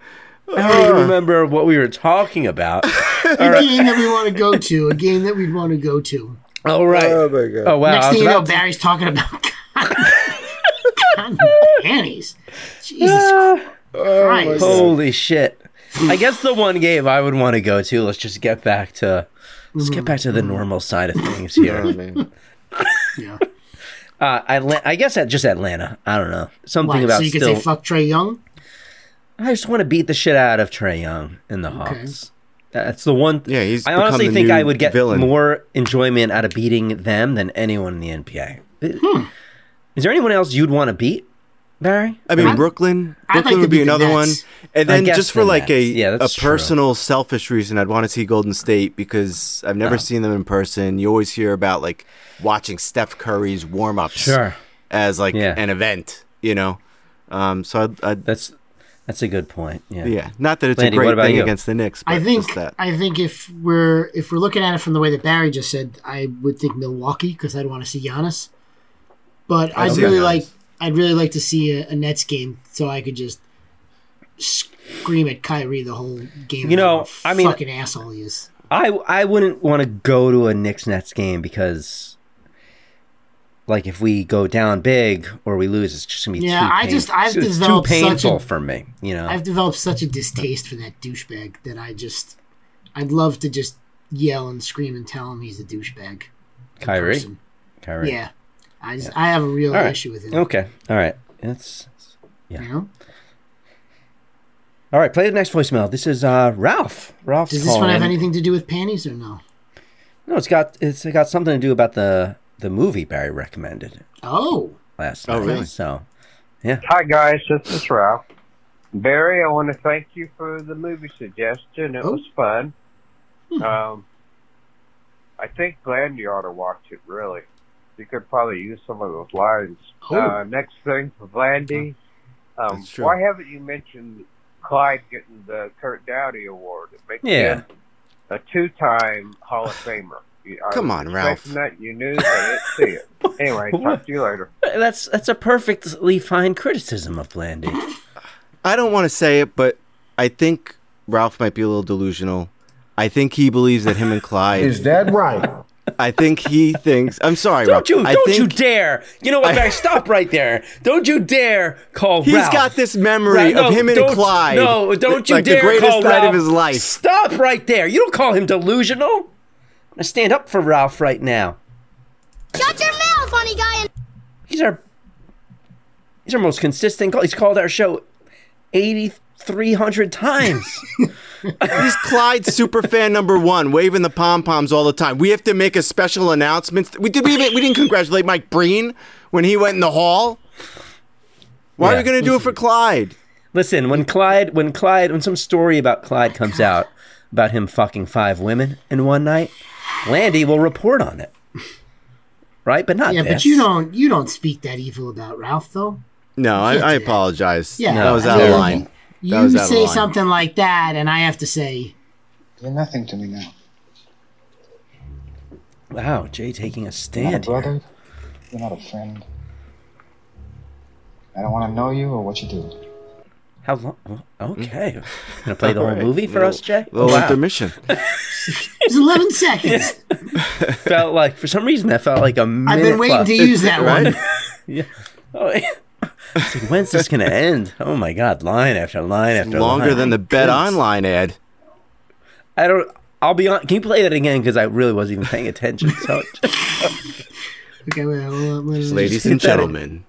Speaker 3: don't even remember what we were talking about all
Speaker 7: a
Speaker 3: right
Speaker 7: game that we want to go to. A game that we'd want to go to.
Speaker 3: all right oh,
Speaker 4: my god.
Speaker 3: wow
Speaker 7: Next
Speaker 3: I was
Speaker 7: thing you know,
Speaker 3: about to-
Speaker 7: Barry's talking about cotton panties. Jesus Christ.
Speaker 3: Ah. Holy shit. I guess the one game I would want to go to, let's just get back to let's get back to the normal side of things here.
Speaker 7: yeah.
Speaker 3: Uh, Atla- I guess at just Atlanta. I don't know. Something
Speaker 7: Why,
Speaker 3: about
Speaker 7: so you could
Speaker 3: still
Speaker 7: say fuck Trey Young?
Speaker 3: I just want to beat the shit out of Trey Young and the Hawks. That's the one
Speaker 4: Yeah, he's
Speaker 3: I
Speaker 4: become
Speaker 3: honestly
Speaker 4: the
Speaker 3: think
Speaker 4: new
Speaker 3: I would get
Speaker 4: villain.
Speaker 3: more enjoyment out of beating them than anyone in the NBA.
Speaker 7: Hmm.
Speaker 3: Is there anyone else you'd want to beat, Barry?
Speaker 4: I mean,
Speaker 7: I'd-
Speaker 4: Brooklyn.
Speaker 7: I'd
Speaker 4: Brooklyn
Speaker 7: like to
Speaker 4: would be
Speaker 7: beat the
Speaker 4: another one.
Speaker 7: Nets.
Speaker 4: And
Speaker 3: I
Speaker 4: then
Speaker 3: guess
Speaker 4: just for
Speaker 3: the
Speaker 4: like a
Speaker 3: Nets. Yeah,
Speaker 4: a
Speaker 3: that's true.
Speaker 4: personal selfish reason, I'd want to see Golden State because I've never seen them in person. You always hear about like watching Steph Curry's warm ups
Speaker 3: Sure.
Speaker 4: as like
Speaker 3: Yeah.
Speaker 4: an event, you know. Um, so I'd, I'd
Speaker 3: That's that's a good point. Yeah.
Speaker 4: yeah, not that it's
Speaker 3: Landy,
Speaker 4: a
Speaker 3: what
Speaker 4: great
Speaker 3: about
Speaker 4: thing
Speaker 3: you?
Speaker 4: against the Knicks. But
Speaker 7: I think
Speaker 4: just that.
Speaker 7: I think if we're if we're looking at it from the way that Barry just said, I would think Milwaukee because I'd want to see Giannis. But I'd
Speaker 4: see
Speaker 7: really
Speaker 4: Giannis.
Speaker 7: like I'd really like to see a, a Nets game so I could just scream at Kyrie the whole game.
Speaker 3: You know,
Speaker 7: What a
Speaker 3: I mean-
Speaker 7: fucking asshole he is.
Speaker 3: I I wouldn't want to go to a Knicks Nets game because like if we go down big or we lose, it's just gonna be
Speaker 7: Yeah,
Speaker 3: Too
Speaker 7: I just- I've
Speaker 3: it's just too
Speaker 7: developed such a-
Speaker 3: painful for me. You know,
Speaker 7: I've developed such a distaste for that douchebag that I just, I'd love to just yell and scream and tell him he's a douchebag. in
Speaker 3: Kyrie.
Speaker 7: person.
Speaker 3: Kyrie.
Speaker 7: Yeah, I just, I have a real
Speaker 3: All right.
Speaker 7: issue with it.
Speaker 3: Okay. All right. It's
Speaker 7: You know?
Speaker 3: all right. Play the next voicemail. This is uh, Ralph. Ralph.
Speaker 7: Does this one have anything to do with panties or no?
Speaker 3: No, it's got it's got something to do about the the movie Barry recommended
Speaker 7: Oh,
Speaker 3: last
Speaker 4: Oh,
Speaker 3: night.
Speaker 4: really?
Speaker 3: So
Speaker 6: Hi guys, this is Ralph. Barry, I want to thank you for the movie suggestion. It
Speaker 7: Oh.
Speaker 6: was fun.
Speaker 4: Hmm.
Speaker 6: Um, I think Glenn, you ought to watch it. Really, you could probably use some of those lines.
Speaker 7: Oh.
Speaker 6: Uh, next thing for Blandy, um,
Speaker 4: That's true.
Speaker 6: why haven't you mentioned Clyde getting the Kurt Dowdy Award? It makes
Speaker 3: yeah,
Speaker 6: him a two-time Hall of Famer. You- I
Speaker 4: Come
Speaker 6: was
Speaker 4: on, Ralph.
Speaker 6: expecting That you knew, but I didn't see it. Anyway, talk to you later.
Speaker 3: that's that's a perfectly fine criticism of Blandy.
Speaker 4: I don't want to say it, but I think Ralph might be a little delusional. I think he believes that him and Clyde.
Speaker 5: Is that right?
Speaker 4: I think he thinks. I'm sorry,
Speaker 3: Don't
Speaker 4: Ralph.
Speaker 3: you
Speaker 4: I
Speaker 3: don't
Speaker 4: think
Speaker 3: you dare! You know what,
Speaker 4: I-
Speaker 3: Barry? Stop right there! Don't you dare call
Speaker 4: He's
Speaker 3: Ralph.
Speaker 4: got this memory
Speaker 3: Ra- no,
Speaker 4: of him and
Speaker 3: don't-
Speaker 4: Clyde.
Speaker 3: No, don't you
Speaker 4: like
Speaker 3: dare
Speaker 4: the greatest
Speaker 3: call
Speaker 4: night
Speaker 3: Ralph.
Speaker 4: of his life.
Speaker 3: Stop right there! You don't call him delusional. I'm gonna stand up for Ralph right now.
Speaker 10: Shut your mouth, funny guy. And-
Speaker 3: He's our he's our most consistent. Call. He's called our show eighty three hundred times.
Speaker 4: He's Clyde's super fan number one, waving the pom poms all the time. We have to make a special announcement. We did we, even- we didn't congratulate Mike Breen when he went in the hall. Why are
Speaker 3: Yeah.
Speaker 4: we going to do it for Clyde?
Speaker 3: Listen, when Clyde, when Clyde, when some story about Clyde comes out about him fucking five women in one night, Landy will report on it, right? But not
Speaker 7: yeah,
Speaker 3: this.
Speaker 7: but you don't you don't speak that evil about Ralph though.
Speaker 4: No, I,
Speaker 7: can't
Speaker 4: I
Speaker 7: do that.
Speaker 4: apologize.
Speaker 7: Yeah,
Speaker 4: that was
Speaker 7: I
Speaker 4: out of
Speaker 7: mean,
Speaker 4: line. That
Speaker 7: You
Speaker 4: was out of
Speaker 7: say
Speaker 4: line.
Speaker 7: something like that, and I have to say,
Speaker 5: You're nothing to me now,
Speaker 3: Wow, Jay taking a stand. here.
Speaker 5: You're not a friend. I don't want to know you or what you do.
Speaker 3: How long? Oh, Okay, gonna play the whole
Speaker 4: Right.
Speaker 3: movie for us, Jay.
Speaker 4: Little
Speaker 3: Wow.
Speaker 4: intermission.
Speaker 7: it's 11 seconds.
Speaker 3: felt like for some reason that felt like a minute.
Speaker 7: I've been waiting
Speaker 3: plus.
Speaker 7: to use that one.
Speaker 3: Oh, yeah. It's like, when's this gonna end? Oh my god, line after line after line.
Speaker 4: Longer than the bet online ad.
Speaker 3: I don't. I'll be on. Can you play that again? Because I really wasn't even paying attention. So
Speaker 7: Okay, well, well, well,
Speaker 4: Ladies
Speaker 3: hit
Speaker 4: and
Speaker 3: that in.
Speaker 4: gentlemen,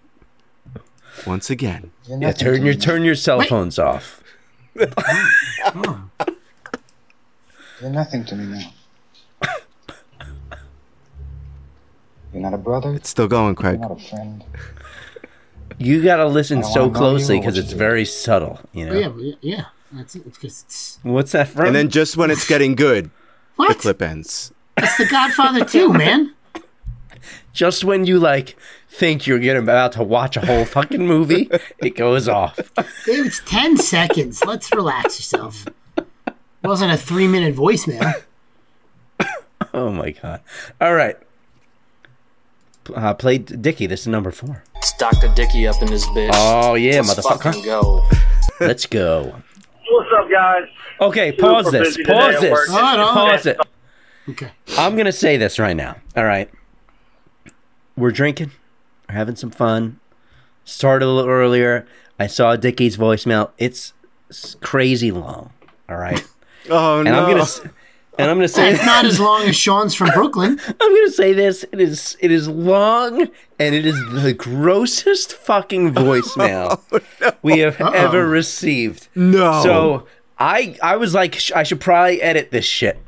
Speaker 4: once again,
Speaker 5: You're
Speaker 3: yeah,
Speaker 5: nothing to
Speaker 3: turn your
Speaker 5: me.
Speaker 3: turn your cell
Speaker 7: Wait.
Speaker 3: phones off.
Speaker 5: You're nothing to me now. You're not a brother.
Speaker 4: it's still going, Craig.
Speaker 5: You're not a friend.
Speaker 3: You gotta listen
Speaker 5: I don't
Speaker 3: so
Speaker 5: wanna know you or
Speaker 3: closely
Speaker 5: what
Speaker 3: because
Speaker 5: you
Speaker 3: it's
Speaker 5: do. Oh,
Speaker 3: very subtle. You know.
Speaker 7: Oh, yeah, well, yeah, that's it. Because it's
Speaker 3: What's that from?
Speaker 4: And then just when it's getting good, the
Speaker 7: what?
Speaker 4: clip ends.
Speaker 7: It's The Godfather 2, man.
Speaker 3: just when you like think you're getting about to watch a whole fucking movie, it goes off.
Speaker 7: Dude, it's 10 seconds. Let's relax yourself. It wasn't a three minute voicemail.
Speaker 3: Oh my god! All right. Uh, played Dickie. This is number four.
Speaker 11: It's Dr. Dickey up in this bitch.
Speaker 3: Oh yeah,
Speaker 11: Let's fucking
Speaker 3: motherfucker.
Speaker 11: go.
Speaker 3: Let's go.
Speaker 2: What's up, guys?
Speaker 3: Okay, pause this.
Speaker 2: busy today
Speaker 3: Pause
Speaker 2: at
Speaker 3: this.
Speaker 2: work.
Speaker 7: Hold on.
Speaker 3: Pause it.
Speaker 7: Okay.
Speaker 3: I'm gonna say this right now. All right, we're drinking, we're having some fun. Started a little earlier. I saw Dickie's voicemail. It's s- crazy long. All right,
Speaker 4: Oh
Speaker 3: and
Speaker 4: no!
Speaker 3: I'm gonna s- and I'm gonna say
Speaker 7: It's not as long as Sean's from Brooklyn.
Speaker 3: I'm gonna say this. It is it is long and it is the grossest fucking voicemail
Speaker 7: Oh,
Speaker 3: we have ever received.
Speaker 4: no.
Speaker 3: So I I was like sh- I should probably edit this shit.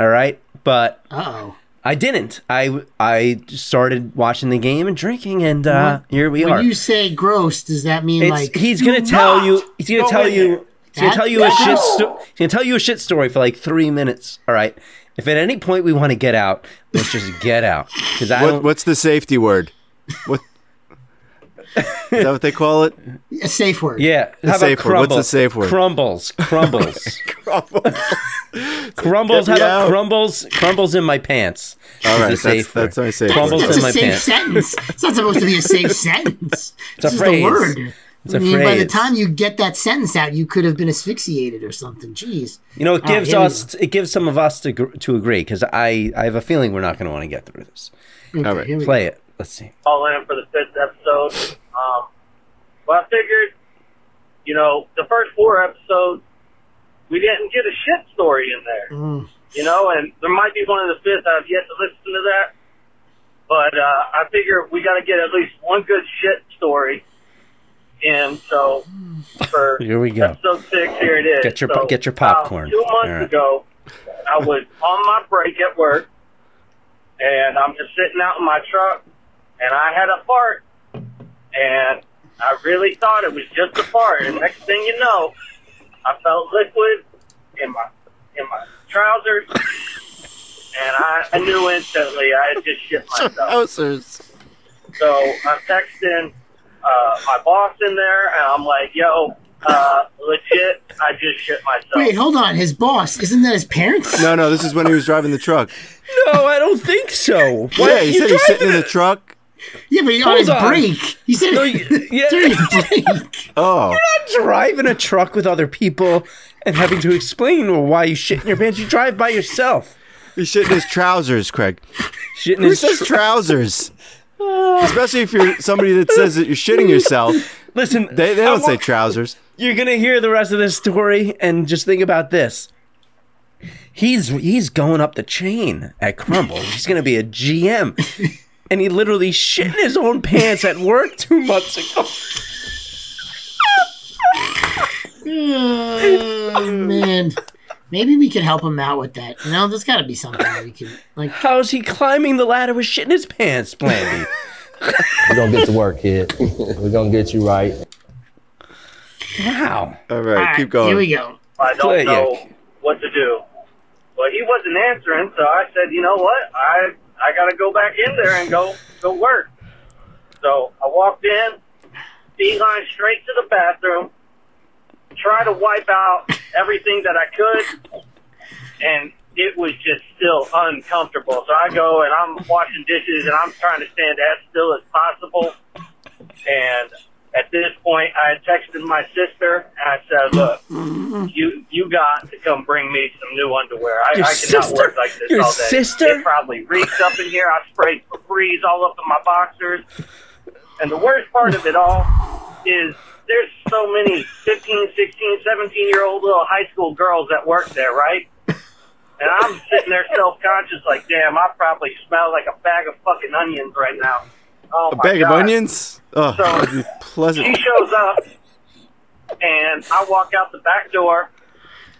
Speaker 3: All right, but
Speaker 7: Uh oh.
Speaker 3: I didn't. I I started watching the game and drinking, and uh, here we are.
Speaker 7: When you say gross, does that mean
Speaker 3: It's-
Speaker 7: like.
Speaker 3: he's gonna tell you. He's gonna tell you. He's gonna
Speaker 7: That-
Speaker 3: tell you a
Speaker 7: No!
Speaker 3: shit. Sto- he's gonna tell you a shit story for like three minutes. All right. If at any point we want to get out, let's just get out. Because I
Speaker 4: what,
Speaker 3: don't-
Speaker 4: what's the safety word? What? Is that what they call it?
Speaker 7: A safe word.
Speaker 3: yeah. How about
Speaker 4: safe word. What's the
Speaker 3: crumble?
Speaker 4: safe word?
Speaker 3: Crumbles. Crumbles. crumbles.
Speaker 4: Get
Speaker 3: How
Speaker 4: me
Speaker 3: about
Speaker 4: out.
Speaker 3: crumbles? Crumbles in my pants.
Speaker 4: All
Speaker 3: is
Speaker 4: right,
Speaker 3: the
Speaker 4: that's,
Speaker 3: safe word.
Speaker 4: that's my safe
Speaker 7: That's,
Speaker 3: Crumbles
Speaker 4: word.
Speaker 7: that's
Speaker 3: in
Speaker 7: a
Speaker 3: my
Speaker 7: safe
Speaker 3: pants.
Speaker 7: sentence. It's not supposed to be a safe sentence. It's
Speaker 3: a
Speaker 7: just
Speaker 3: phrase.
Speaker 7: a word.
Speaker 3: It's a
Speaker 7: I mean, by the
Speaker 3: phrase.
Speaker 7: time you get that sentence out, you could have been asphyxiated or something. Jeez.
Speaker 3: You know, it
Speaker 7: All right,
Speaker 3: gives
Speaker 7: here we
Speaker 3: us. It gives some of us to gr- to agree because I I have a feeling we're not going to want to get through this.
Speaker 7: Okay,
Speaker 4: All right,
Speaker 7: here we go.
Speaker 3: Play it. Let's see.
Speaker 12: call in for the fifth episode. Um, well, I figured, you know, the first four episodes, we didn't get a shit story in there,
Speaker 7: Mm.
Speaker 12: you know, and there might be one in the fifth. I've yet to listen to that, but uh, I figure we got to get at least one good shit story. And so, for
Speaker 3: Here we go.
Speaker 12: episode six, here it is.
Speaker 3: Get your
Speaker 12: so, uh,
Speaker 3: get your popcorn.
Speaker 12: Two months
Speaker 3: All right.
Speaker 12: ago, I was on my break at work, and I'm just sitting out in my truck, and I had a fart, and I really thought it was just a fart. And next thing you know, I felt liquid in my in my trousers, and I, I knew instantly I had just shit myself. So I'm texting uh, my boss in there, and I'm like, "Yo, uh, legit, I just shit myself."
Speaker 7: Wait, hold on. His boss isn't that his parents?
Speaker 4: No, no, this is when he was driving the truck.
Speaker 3: No, I don't think so. Why
Speaker 4: yeah,
Speaker 3: are
Speaker 4: he
Speaker 3: you
Speaker 4: said he's
Speaker 3: driving
Speaker 4: sitting in the truck.
Speaker 7: Yeah, but on
Speaker 3: Hold
Speaker 7: his
Speaker 3: on.
Speaker 7: break, he said
Speaker 3: No, you- yeah.
Speaker 7: during his break.
Speaker 4: Oh,
Speaker 3: driving a truck with other people and having to explain why you shit in your pants. You drive by yourself.
Speaker 4: he's shitting his trousers, Craig.
Speaker 3: Shit in
Speaker 4: Who
Speaker 3: his
Speaker 4: says
Speaker 3: tr- Ah.
Speaker 4: trousers? Especially if you're somebody that says that you're shitting yourself.
Speaker 3: Listen,
Speaker 4: They, they
Speaker 3: I
Speaker 4: don't say
Speaker 3: want-
Speaker 4: trousers.
Speaker 3: You're gonna hear the rest of this story and just think about this. He's he's going up the chain at Crumble. He's gonna be a GM. And he literally shit in his own pants at work two months ago.
Speaker 7: Oh, man. Maybe we could help him out with that. You know, there's got to be something that we can like.
Speaker 3: How's he climbing the ladder with shit in his pants, Blandy?
Speaker 13: We're gonna get to work, kid. We're gonna get you right.
Speaker 3: Wow.
Speaker 4: All right, keep going.
Speaker 7: Here we go.
Speaker 12: I don't
Speaker 4: Play it,
Speaker 12: know what to do. Well, he wasn't answering, so I said, you know what? I I got to go back in there and go go work. So I walked in, beeline straight to the bathroom, try to wipe out everything that I could, and it was just still uncomfortable. So I go and I'm washing dishes and I'm trying to stand as still as possible. And at this point, I had texted my sister and I said, "Look, you you got to come bring me some new underwear. I,
Speaker 3: Your
Speaker 12: I cannot
Speaker 3: sister?
Speaker 12: work like this
Speaker 3: Your
Speaker 12: all day.
Speaker 3: sister?
Speaker 12: It probably reeks up in here. I sprayed Febreze all up in my boxers. And the worst part of it all is there's so many 15, 16, 17 year old little high school girls that work there, right? And I'm sitting there self conscious, like, damn, I probably smell like a bag of fucking onions right now. Oh
Speaker 4: A
Speaker 12: my
Speaker 4: bag of
Speaker 12: God.
Speaker 4: onions? Oh,
Speaker 12: So-
Speaker 4: that'd be pleasant.
Speaker 12: She shows up, and I walk out the back door.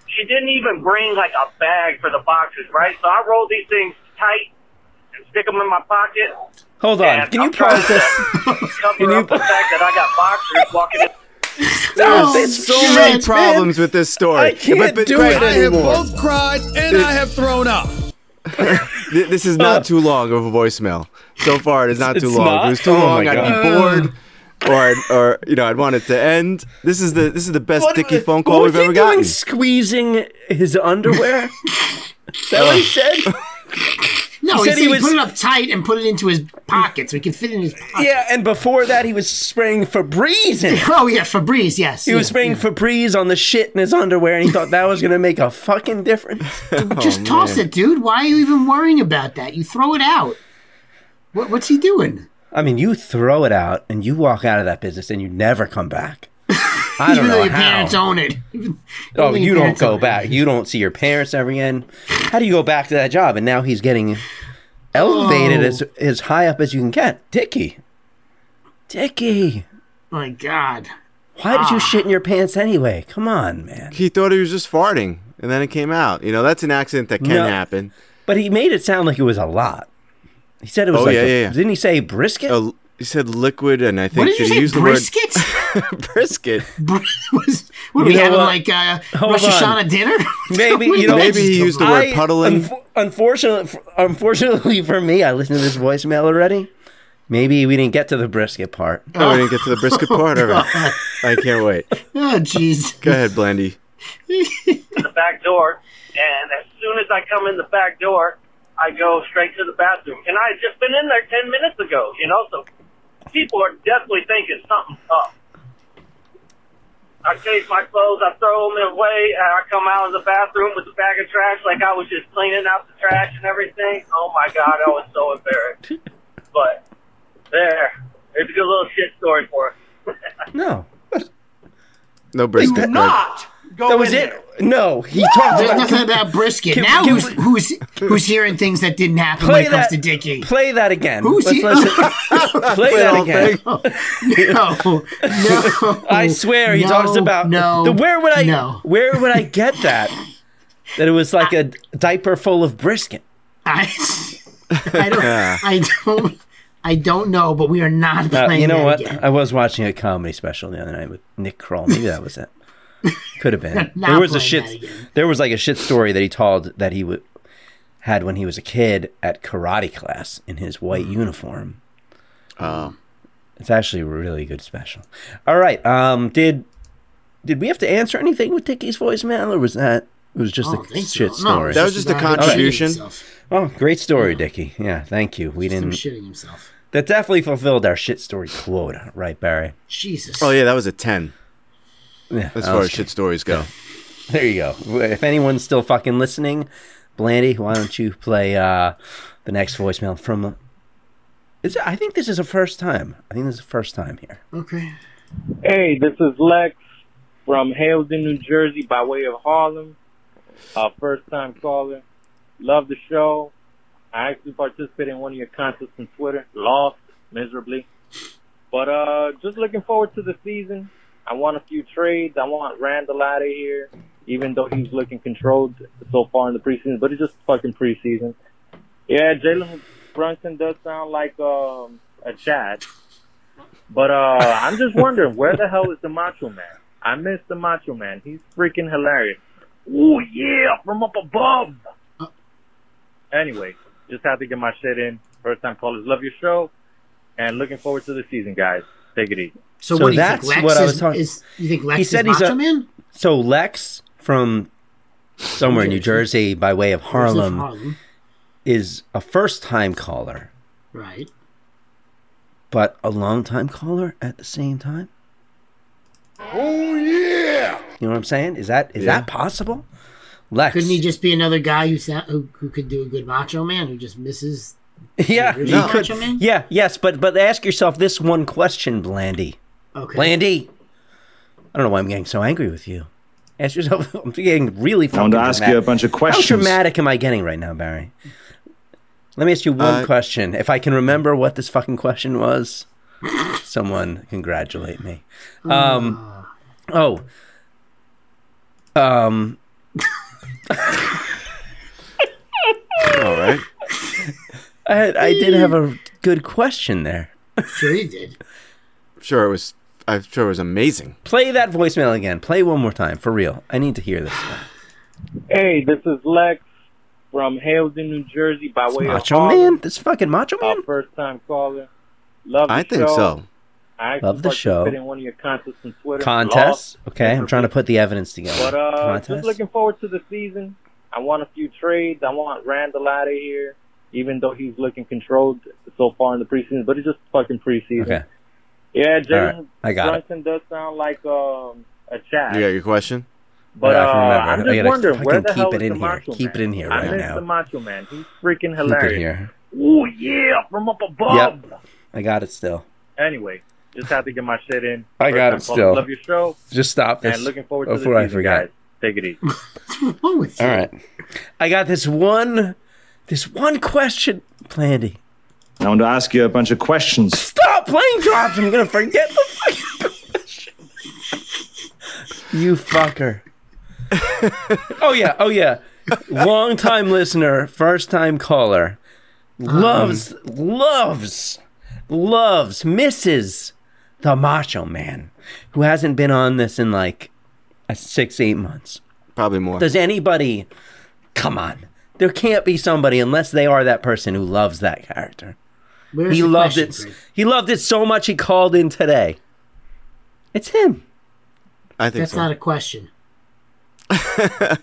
Speaker 12: She didn't even bring like a bag for the boxes, right? So I roll these things tight and stick them in my pocket.
Speaker 3: Hold on. Can you pause this?
Speaker 12: Cover up the fact that I got boxers walking in.
Speaker 4: There are
Speaker 3: Oh,
Speaker 4: so
Speaker 3: shit, man.
Speaker 4: many problems with this story.
Speaker 3: I can't do it anymore.
Speaker 14: cried and I have thrown up.
Speaker 4: Th- This is not too long of a voicemail. So far, it is not too
Speaker 14: It's
Speaker 4: long.
Speaker 14: not?
Speaker 4: If it was too
Speaker 14: Oh my
Speaker 4: long, I'd
Speaker 14: God.
Speaker 4: be bored, or I'd, or you know, I'd want it to end. This is the this is the best dicky phone call
Speaker 3: was
Speaker 4: we've
Speaker 3: he
Speaker 4: ever
Speaker 3: doing
Speaker 4: gotten.
Speaker 3: squeezing his underwear? Is that
Speaker 4: Uh,
Speaker 3: what he said?
Speaker 7: No,
Speaker 3: He
Speaker 7: he,
Speaker 3: said
Speaker 7: said
Speaker 3: he
Speaker 7: he
Speaker 3: was-
Speaker 7: put it up tight and put it into his pocket so he could fit in his pocket.
Speaker 3: Yeah, and before that, he was spraying Febreze in it.
Speaker 7: Oh yeah, Febreze. Yes,
Speaker 3: He was spraying Febreze on the shit in his underwear, and he thought that was going to make a fucking difference. Oh,
Speaker 7: Just toss it, dude. Why are you even worrying about that? You throw it out. What, what's he doing?
Speaker 3: I mean, you throw it out, and you walk out of that business, and you never come back. I don't
Speaker 7: even though
Speaker 3: know
Speaker 7: your parents
Speaker 3: how.
Speaker 7: own it.
Speaker 3: Oh,
Speaker 7: Even
Speaker 3: you
Speaker 7: your
Speaker 3: don't
Speaker 7: parents
Speaker 3: go
Speaker 7: own it.
Speaker 3: back. You don't see your parents ever again. How do you go back to that job? And now he's getting elevated
Speaker 7: Oh.
Speaker 3: as as high up as you can get. Dicky, Dicky,
Speaker 7: My God.
Speaker 3: why
Speaker 7: Ah.
Speaker 3: did you shit in your pants anyway? Come on, man.
Speaker 4: He thought he was just farting, and then it came out. You know, that's an accident that can
Speaker 3: No.
Speaker 4: happen.
Speaker 3: But he made it sound like it was a lot. He said it was
Speaker 4: Oh,
Speaker 3: like,
Speaker 4: yeah,
Speaker 3: a-
Speaker 4: yeah, yeah.
Speaker 3: didn't he say brisket?
Speaker 4: Uh, he said liquid, and I
Speaker 7: What
Speaker 4: think
Speaker 7: did you
Speaker 4: he
Speaker 7: say?
Speaker 4: use
Speaker 7: Brisket?
Speaker 4: the word brisket?
Speaker 7: Br- was- what are
Speaker 3: You
Speaker 7: we
Speaker 3: know
Speaker 7: having
Speaker 3: what?
Speaker 7: like uh,
Speaker 3: Hold
Speaker 7: Rosh
Speaker 3: on.
Speaker 7: Hashanah dinner?
Speaker 3: Maybe
Speaker 7: What
Speaker 3: you
Speaker 7: did
Speaker 3: know.
Speaker 7: that
Speaker 4: Maybe he
Speaker 7: just
Speaker 4: used the
Speaker 7: come
Speaker 4: word puddling.
Speaker 3: unfortunately, unfortunately for me, I listened to this voicemail already. Maybe we didn't get to the brisket part.
Speaker 4: oh, we didn't get to the brisket part. All right. I can't wait.
Speaker 7: Oh, jeez.
Speaker 4: Go ahead, Blandy.
Speaker 12: the back door, and as soon as I come in the back door, I go straight to the bathroom. And I had just been in there 10 minutes ago, you know, so people are definitely thinking something's up. I change my clothes, I throw them away, and I come out of the bathroom with a bag of trash like I was just cleaning out the trash and everything. Oh my God, I was so embarrassed. But There. There's a good little shit story for us.
Speaker 3: No.
Speaker 4: No brisket.
Speaker 3: that-
Speaker 12: not go
Speaker 3: that was
Speaker 12: in
Speaker 3: it. No, he talked
Speaker 7: There's
Speaker 3: about
Speaker 7: nothing about brisket.
Speaker 3: can-
Speaker 7: now
Speaker 3: can
Speaker 7: who's, who's who's hearing things that didn't happen when
Speaker 3: play
Speaker 7: it comes
Speaker 3: that.
Speaker 7: to Dickie?
Speaker 3: Play that again.
Speaker 7: Who's
Speaker 3: Let's-
Speaker 7: he-
Speaker 3: let's- play
Speaker 4: Play
Speaker 3: that
Speaker 4: all
Speaker 3: again.
Speaker 7: No, no.
Speaker 3: I swear he
Speaker 7: No,
Speaker 3: talks about
Speaker 7: no.
Speaker 3: the where would I
Speaker 7: no.
Speaker 3: where would I get that? That it was like a diaper full of brisket.
Speaker 7: I, I don't. I don't. I don't know, but we are not
Speaker 3: Uh,
Speaker 7: playing.
Speaker 3: you know
Speaker 7: that
Speaker 3: what?
Speaker 7: Again.
Speaker 3: I was watching a comedy special the other night with Nick Kroll. Maybe that was it. Could have been.
Speaker 7: Not
Speaker 3: there was a
Speaker 7: playing
Speaker 3: shit.
Speaker 7: that again.
Speaker 3: There was like a shit story that he told that he w- had when he was a kid at karate class in his white
Speaker 7: Mm-hmm.
Speaker 3: uniform.
Speaker 4: Oh.
Speaker 3: It's actually a really good special. All right. Um. Did did we have to answer anything with Dickie's voicemail, or was that it was just
Speaker 7: I don't
Speaker 3: a
Speaker 7: think so.
Speaker 3: shit
Speaker 7: No,
Speaker 3: story?
Speaker 4: That was just a
Speaker 7: about him shitting
Speaker 4: contribution.
Speaker 7: himself.
Speaker 3: oh, great story, Dickie. Yeah. Thank you. We
Speaker 7: Just him
Speaker 3: didn't.
Speaker 7: shitting himself.
Speaker 3: That definitely fulfilled our shit story quota, right, Barry?
Speaker 7: Jesus.
Speaker 4: Oh yeah, that was a ten
Speaker 3: Yeah. Oh, that
Speaker 4: as far
Speaker 3: was
Speaker 4: as shit stories go.
Speaker 3: There you go. If anyone's still fucking listening, Blandy, why don't you play uh, the next voicemail from? Is I think this is the first time. I think this is the first time here.
Speaker 7: Okay.
Speaker 15: Hey, this is Lex from Hailden, New Jersey, by way of Harlem. Uh, first time caller. Love the show. I actually participated in one of your contests on Twitter. Lost miserably. But uh, just looking forward to the season. I want a few trades. I want Randall out of here, even though he's looking controlled so far in the preseason. But it's just fucking preseason. Yeah, Jalen Brunson does sound like um, a Chad. But uh, I'm just wondering where the hell is the Macho Man? I miss the Macho Man. He's freaking hilarious. Oh yeah, from up above. Anyway, just have to get my shit in. First time callers, love your show, and looking forward to the season, guys. Take it easy.
Speaker 7: So,
Speaker 3: So
Speaker 7: what do you
Speaker 3: that's
Speaker 7: think? Lex
Speaker 3: what I
Speaker 7: is,
Speaker 3: was talking-
Speaker 7: is- you think Lex
Speaker 3: He said
Speaker 7: is
Speaker 3: he's a-
Speaker 7: Macho Man?
Speaker 3: So Lex from somewhere in New Jersey, by way of
Speaker 7: Or is it
Speaker 3: Harlem,
Speaker 7: Harlem.
Speaker 3: is a first-time caller,
Speaker 7: Right.
Speaker 3: but a long-time caller at the same time. Oh yeah! You know what I'm saying? Is that is
Speaker 4: Yeah.
Speaker 3: that possible? Lex,
Speaker 7: Couldn't he just be another guy who sound, who, who could do a good Macho Man who just misses?
Speaker 3: Yeah,
Speaker 7: Really
Speaker 3: you
Speaker 7: Macho
Speaker 3: could-
Speaker 7: Man?
Speaker 3: yeah, yes, but but ask yourself this one question, Blandy.
Speaker 7: Okay.
Speaker 3: Blandy, I don't know why I'm getting so angry with you. Ask yourself. I'm getting really.
Speaker 16: I wanted to
Speaker 3: fucking
Speaker 16: ask
Speaker 3: dramatic.
Speaker 16: you a bunch of questions.
Speaker 3: How dramatic am I getting right now, Barry? Let me ask you one
Speaker 4: Uh,
Speaker 3: question. If I can remember what this fucking question was, someone congratulate me. Um, oh, um,
Speaker 4: All right.
Speaker 3: I had, I did have a good question there.
Speaker 7: Sure, he did.
Speaker 4: I'm sure it was. I'm sure it was amazing.
Speaker 3: Play that voicemail again. Play one more time for real. I need to hear this. One.
Speaker 15: Hey, this is Lex from Hailden, New Jersey, by way of
Speaker 3: Macho
Speaker 15: Harlem.
Speaker 3: Man, this fucking Macho Man.
Speaker 15: Uh, first time caller. Love the
Speaker 4: I think
Speaker 15: show.
Speaker 4: so.
Speaker 15: I actually
Speaker 3: Love the show.
Speaker 15: participated in one of your contests on Twitter.
Speaker 3: Contests. Okay, I'm trying to put the evidence together.
Speaker 15: uh, But uh, just
Speaker 3: Contests.
Speaker 15: looking forward to the season. I want a few trades. I want Randall out of here, even though he's looking controlled so far in the preseason. But it's just fucking preseason.
Speaker 3: Okay.
Speaker 15: Yeah,
Speaker 3: All
Speaker 15: Jalen
Speaker 3: right, I got it.
Speaker 15: Brunson does sound like um, a Chad.
Speaker 4: You got your question?
Speaker 15: But
Speaker 3: Yeah, I
Speaker 15: uh,
Speaker 3: can remember.
Speaker 15: I'm
Speaker 3: I
Speaker 15: just
Speaker 3: gotta
Speaker 15: wondering where
Speaker 3: fucking
Speaker 15: the
Speaker 3: keep
Speaker 15: hell
Speaker 3: it
Speaker 15: is
Speaker 3: in
Speaker 15: the
Speaker 3: here.
Speaker 15: Macho
Speaker 3: Keep
Speaker 15: Man?
Speaker 3: it in here
Speaker 15: I
Speaker 3: right
Speaker 15: miss
Speaker 3: now.
Speaker 15: the Macho Man. He's freaking
Speaker 3: Keep
Speaker 15: hilarious.
Speaker 3: it here.
Speaker 15: Oh yeah, from up above.
Speaker 3: Yep. I got it still.
Speaker 15: Anyway, just have to get my shit in.
Speaker 3: I got
Speaker 15: First
Speaker 3: it
Speaker 15: time caller.
Speaker 3: still.
Speaker 15: Love your show.
Speaker 3: Just stop this
Speaker 15: And looking forward to
Speaker 3: before
Speaker 15: the
Speaker 3: I
Speaker 15: season,
Speaker 3: forget.
Speaker 15: guys. Take it easy.
Speaker 7: What's wrong with you?
Speaker 3: All right. I got this one, this one question, Plandy.
Speaker 16: I wanted to ask you a bunch of questions.
Speaker 3: Stop playing drops. I'm gonna forget the fucking question. You fucker. oh yeah. Oh yeah. Long time listener, first time caller. Loves, loves, loves, misses the Macho Man, who hasn't been on this in like uh, six, eight months.
Speaker 4: Probably more.
Speaker 3: Does anybody? Come on. There can't be somebody unless they are that person who loves that character.
Speaker 7: Where's
Speaker 3: he
Speaker 7: the
Speaker 3: loved
Speaker 7: question,
Speaker 3: it.
Speaker 7: Greg?
Speaker 3: He loved it so much he called in today. It's him.
Speaker 4: I think
Speaker 7: That's
Speaker 4: so.
Speaker 7: not a question.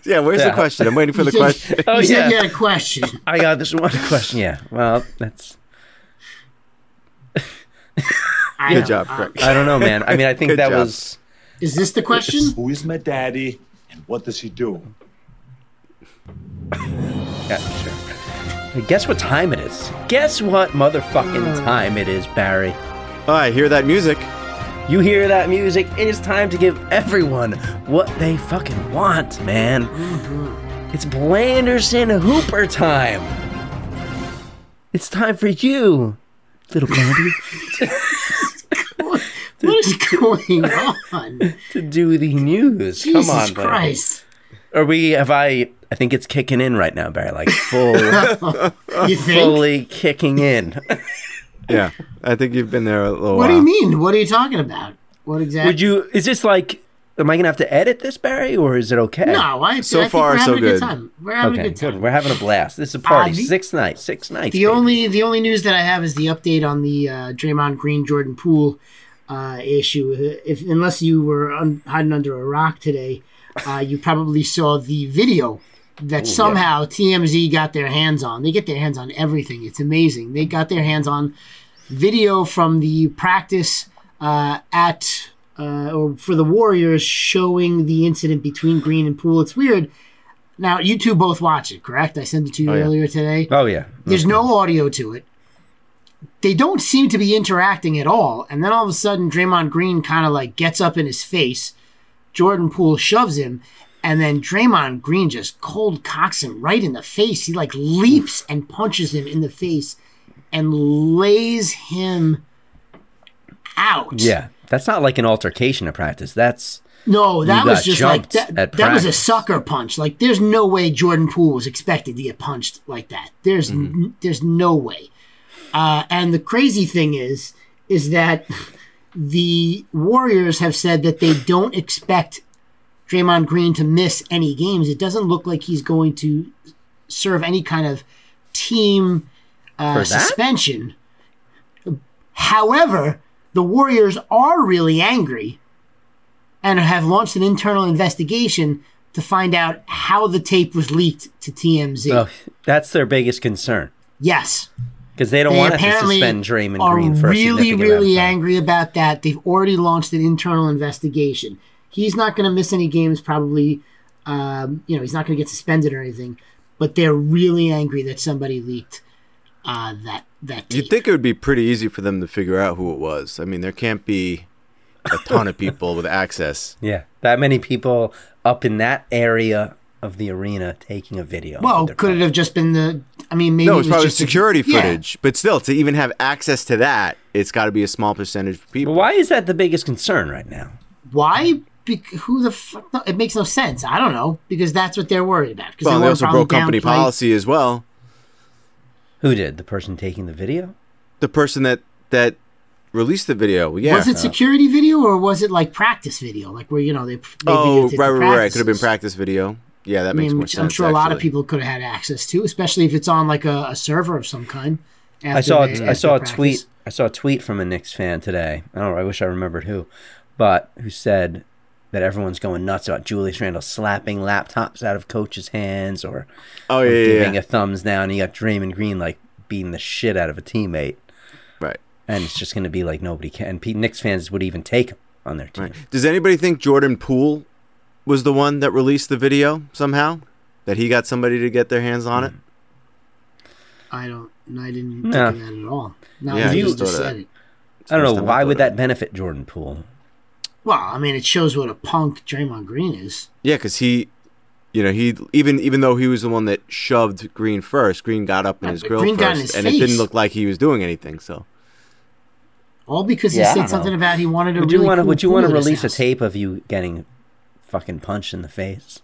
Speaker 4: yeah. Where's
Speaker 3: Yeah.
Speaker 4: the question? I'm waiting for the
Speaker 7: You said-
Speaker 4: question.
Speaker 3: Oh
Speaker 7: you said you
Speaker 3: yeah.
Speaker 7: had a question.
Speaker 3: I got this one question. Yeah. Well, that's
Speaker 7: I
Speaker 4: Good
Speaker 7: don't-
Speaker 4: job,
Speaker 7: uh,
Speaker 4: Greg.
Speaker 3: I don't know, man. I mean, I think
Speaker 4: Good
Speaker 3: that
Speaker 4: job.
Speaker 3: was
Speaker 7: Is this the question?
Speaker 16: Who is my daddy and what does he do?
Speaker 3: yeah, sure. Guess what time it is? Guess what motherfucking
Speaker 7: Oh.
Speaker 3: time it is, Barry?
Speaker 4: Oh, I hear that music.
Speaker 3: You hear that music? It is time to give everyone what they fucking want, man.
Speaker 7: Mm-hmm.
Speaker 3: It's Blanderson Hooper time. It's time for you, little Blandy.
Speaker 7: what is going on?
Speaker 3: to do the news.
Speaker 7: Jesus
Speaker 3: Come on, Barry.
Speaker 7: Christ.
Speaker 3: Are we? Have I? I think it's kicking in right now, Barry. Like full,
Speaker 7: You think?
Speaker 3: fully kicking in.
Speaker 4: Yeah, I think you've been there a little
Speaker 7: What
Speaker 4: while.
Speaker 7: do you mean? What are you talking about? What exactly?
Speaker 3: Would you? Is this like? Am I gonna have to edit this, Barry, or is it okay?
Speaker 7: No, I, I think we're having a good time. We're having a good time.
Speaker 3: We're having a blast. This is a party.
Speaker 7: Uh, the-
Speaker 3: six nights. Six nights.
Speaker 7: The
Speaker 3: baby.
Speaker 7: only the only news that I have is the update on the uh, Draymond Green Jordan Poole uh, issue. If unless you were un- hiding under a rock today, uh, you probably saw the video that
Speaker 3: Ooh,
Speaker 7: somehow TMZ got their hands on. They get their hands on everything. It's amazing. They got their hands on video from the practice uh, at uh, or for the Warriors showing the incident between Green and Poole. It's weird. Now you two both watch it, correct? I sent it to you
Speaker 3: Oh, yeah.
Speaker 7: earlier today.
Speaker 3: Oh yeah.
Speaker 7: There's no audio to it. They don't seem to be interacting at all. And then all of a sudden, Draymond Green kind of like gets up in his face. Jordan Poole shoves him. And then Draymond Green just cold cocks him right in the face. He like leaps and punches him in the face and lays him out.
Speaker 3: Yeah, that's not like an altercation of practice. That's
Speaker 7: No,
Speaker 3: You
Speaker 7: that
Speaker 3: got
Speaker 7: was just like
Speaker 3: jumped
Speaker 7: that.
Speaker 3: at
Speaker 7: That was a
Speaker 3: practice.
Speaker 7: sucker punch. Like, there's no way Jordan Poole was expected to get punched like that. There's
Speaker 3: Mm-hmm.
Speaker 7: n- there's no way. Uh, and the crazy thing is, is that the Warriors have said that they don't expect Draymond Green to miss any games. It doesn't look like he's going to serve any kind of team uh,
Speaker 3: For that?
Speaker 7: suspension. However, the Warriors are really angry and have launched an internal investigation to find out how the tape was leaked to TMZ.
Speaker 3: oh, that's their biggest concern
Speaker 7: yes.
Speaker 3: because they don't
Speaker 7: They
Speaker 3: want us to
Speaker 7: apparently
Speaker 3: suspend Draymond
Speaker 7: are
Speaker 3: Green for a
Speaker 7: really,
Speaker 3: significant
Speaker 7: really
Speaker 3: amount
Speaker 7: angry about that. They've already launched an internal investigation. He's not going to miss any games, probably. Um, you know, he's not going to get suspended or anything. But they're really angry that somebody leaked uh, that that tape.
Speaker 4: You'd think it would be pretty easy for them to figure out who it was. I mean, there can't be a ton of people with access.
Speaker 3: of time. Yeah, that many people up in that area of the arena taking a video.
Speaker 7: well, could it have just been the? I mean, maybe
Speaker 4: No,
Speaker 7: it
Speaker 4: it's
Speaker 7: was
Speaker 4: probably
Speaker 7: just a-
Speaker 4: security
Speaker 7: Yeah.
Speaker 4: footage, but still, to even have access to that, it's got to be a small percentage of people.
Speaker 3: Why is that the biggest concern right now?
Speaker 7: Why? Bec- who the fuck? No, it makes no sense. I don't know because that's what they're worried about. 'cause
Speaker 4: Well, they
Speaker 7: wanna
Speaker 4: also
Speaker 7: probably
Speaker 4: broke company
Speaker 7: downplay-
Speaker 4: policy as well.
Speaker 3: Who did the person taking the video?
Speaker 4: The person that that released the video, yeah, uh,
Speaker 7: Was it security video or was it like practice video, like where you know they? they
Speaker 4: oh,
Speaker 7: videotaped the
Speaker 4: right, right, right. It could have been
Speaker 7: practices?
Speaker 4: practice video. Yeah, that
Speaker 7: I
Speaker 4: makes
Speaker 7: mean,
Speaker 4: more
Speaker 7: which
Speaker 4: sense.
Speaker 7: I'm sure a lot of
Speaker 4: actually.
Speaker 7: people could have had access to, especially if it's on like a, a server of some kind.
Speaker 3: I
Speaker 7: after
Speaker 3: saw
Speaker 7: they-
Speaker 3: a, I
Speaker 7: after
Speaker 3: saw a
Speaker 7: practice.
Speaker 3: tweet I saw a tweet from a Knicks fan today. I don't know, I wish I remembered who, but who said that everyone's going nuts about Julius Randle slapping laptops out of coaches' hands or,
Speaker 4: Oh
Speaker 3: or
Speaker 4: yeah, yeah,
Speaker 3: giving
Speaker 4: yeah.
Speaker 3: a thumbs down. You got Draymond Green like beating the shit out of a teammate,
Speaker 4: right.
Speaker 3: and it's just going to be like nobody can. And P- Knicks fans would even take him on their team.
Speaker 4: Right. Does anybody think Jordan Poole was the one that released the video somehow? That he got somebody to get their hands on it?
Speaker 7: I don't. I didn't
Speaker 3: No.
Speaker 7: think of that at all. No,
Speaker 4: Yeah,
Speaker 7: yeah,
Speaker 4: I
Speaker 7: you
Speaker 4: just
Speaker 7: just
Speaker 4: thought of
Speaker 7: said
Speaker 4: that.
Speaker 7: it.
Speaker 3: I don't know
Speaker 4: First time
Speaker 3: why
Speaker 4: thought
Speaker 3: would
Speaker 4: of it.
Speaker 3: that benefit Jordan Poole.
Speaker 7: Well, I mean, it shows what a punk Draymond Green is.
Speaker 4: Yeah, because he, you know, he even even though he was the one that shoved Green first, Green got up in
Speaker 7: Yeah,
Speaker 4: his
Speaker 7: but
Speaker 4: grill
Speaker 7: Uh, Green got in
Speaker 4: first,
Speaker 7: his
Speaker 4: and it didn't
Speaker 7: face.
Speaker 4: look like he was doing anything. So
Speaker 7: All because
Speaker 3: Yeah, I
Speaker 7: he
Speaker 3: don't
Speaker 7: said something
Speaker 3: know.
Speaker 7: about he wanted a
Speaker 3: Would
Speaker 7: really
Speaker 3: you want to?
Speaker 7: cool
Speaker 3: would you
Speaker 7: pool
Speaker 3: want to
Speaker 7: at his
Speaker 3: release a
Speaker 7: house.
Speaker 3: tape of you getting fucking punched in the face?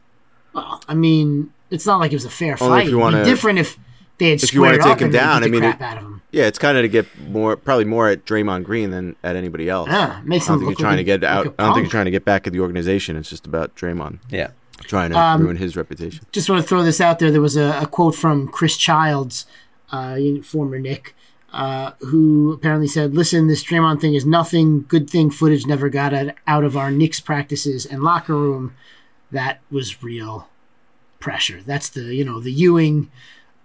Speaker 7: Well, I mean, it's not like it was a fair
Speaker 4: Only if
Speaker 7: fight. It'd
Speaker 4: you wanna-
Speaker 7: be different if they had
Speaker 4: if you want
Speaker 7: squared
Speaker 4: to
Speaker 7: up
Speaker 4: take him
Speaker 7: and they beat
Speaker 4: down,
Speaker 7: the
Speaker 4: I mean,
Speaker 7: crap
Speaker 4: it-
Speaker 7: out of him.
Speaker 4: yeah, it's kind of to get more, probably more at Draymond Green than at anybody else.
Speaker 7: Yeah, Ah, makes
Speaker 4: I don't
Speaker 7: him
Speaker 4: think
Speaker 7: look
Speaker 4: you're trying
Speaker 7: like
Speaker 4: to
Speaker 7: a-
Speaker 4: get out.
Speaker 7: like
Speaker 4: I
Speaker 7: a
Speaker 4: don't think you're
Speaker 7: punk.
Speaker 4: trying to get back at the organization. It's just about Draymond
Speaker 3: Yeah.
Speaker 4: trying to
Speaker 7: Um,
Speaker 4: ruin his reputation.
Speaker 7: just want to throw this out there. There was a, a quote from Chris Childs, uh, former Nick, uh, who apparently said, "Listen, this Draymond thing is nothing. Good thing footage never got out- out of our Knicks practices and locker room. That was real pressure. That's the you know the Ewing,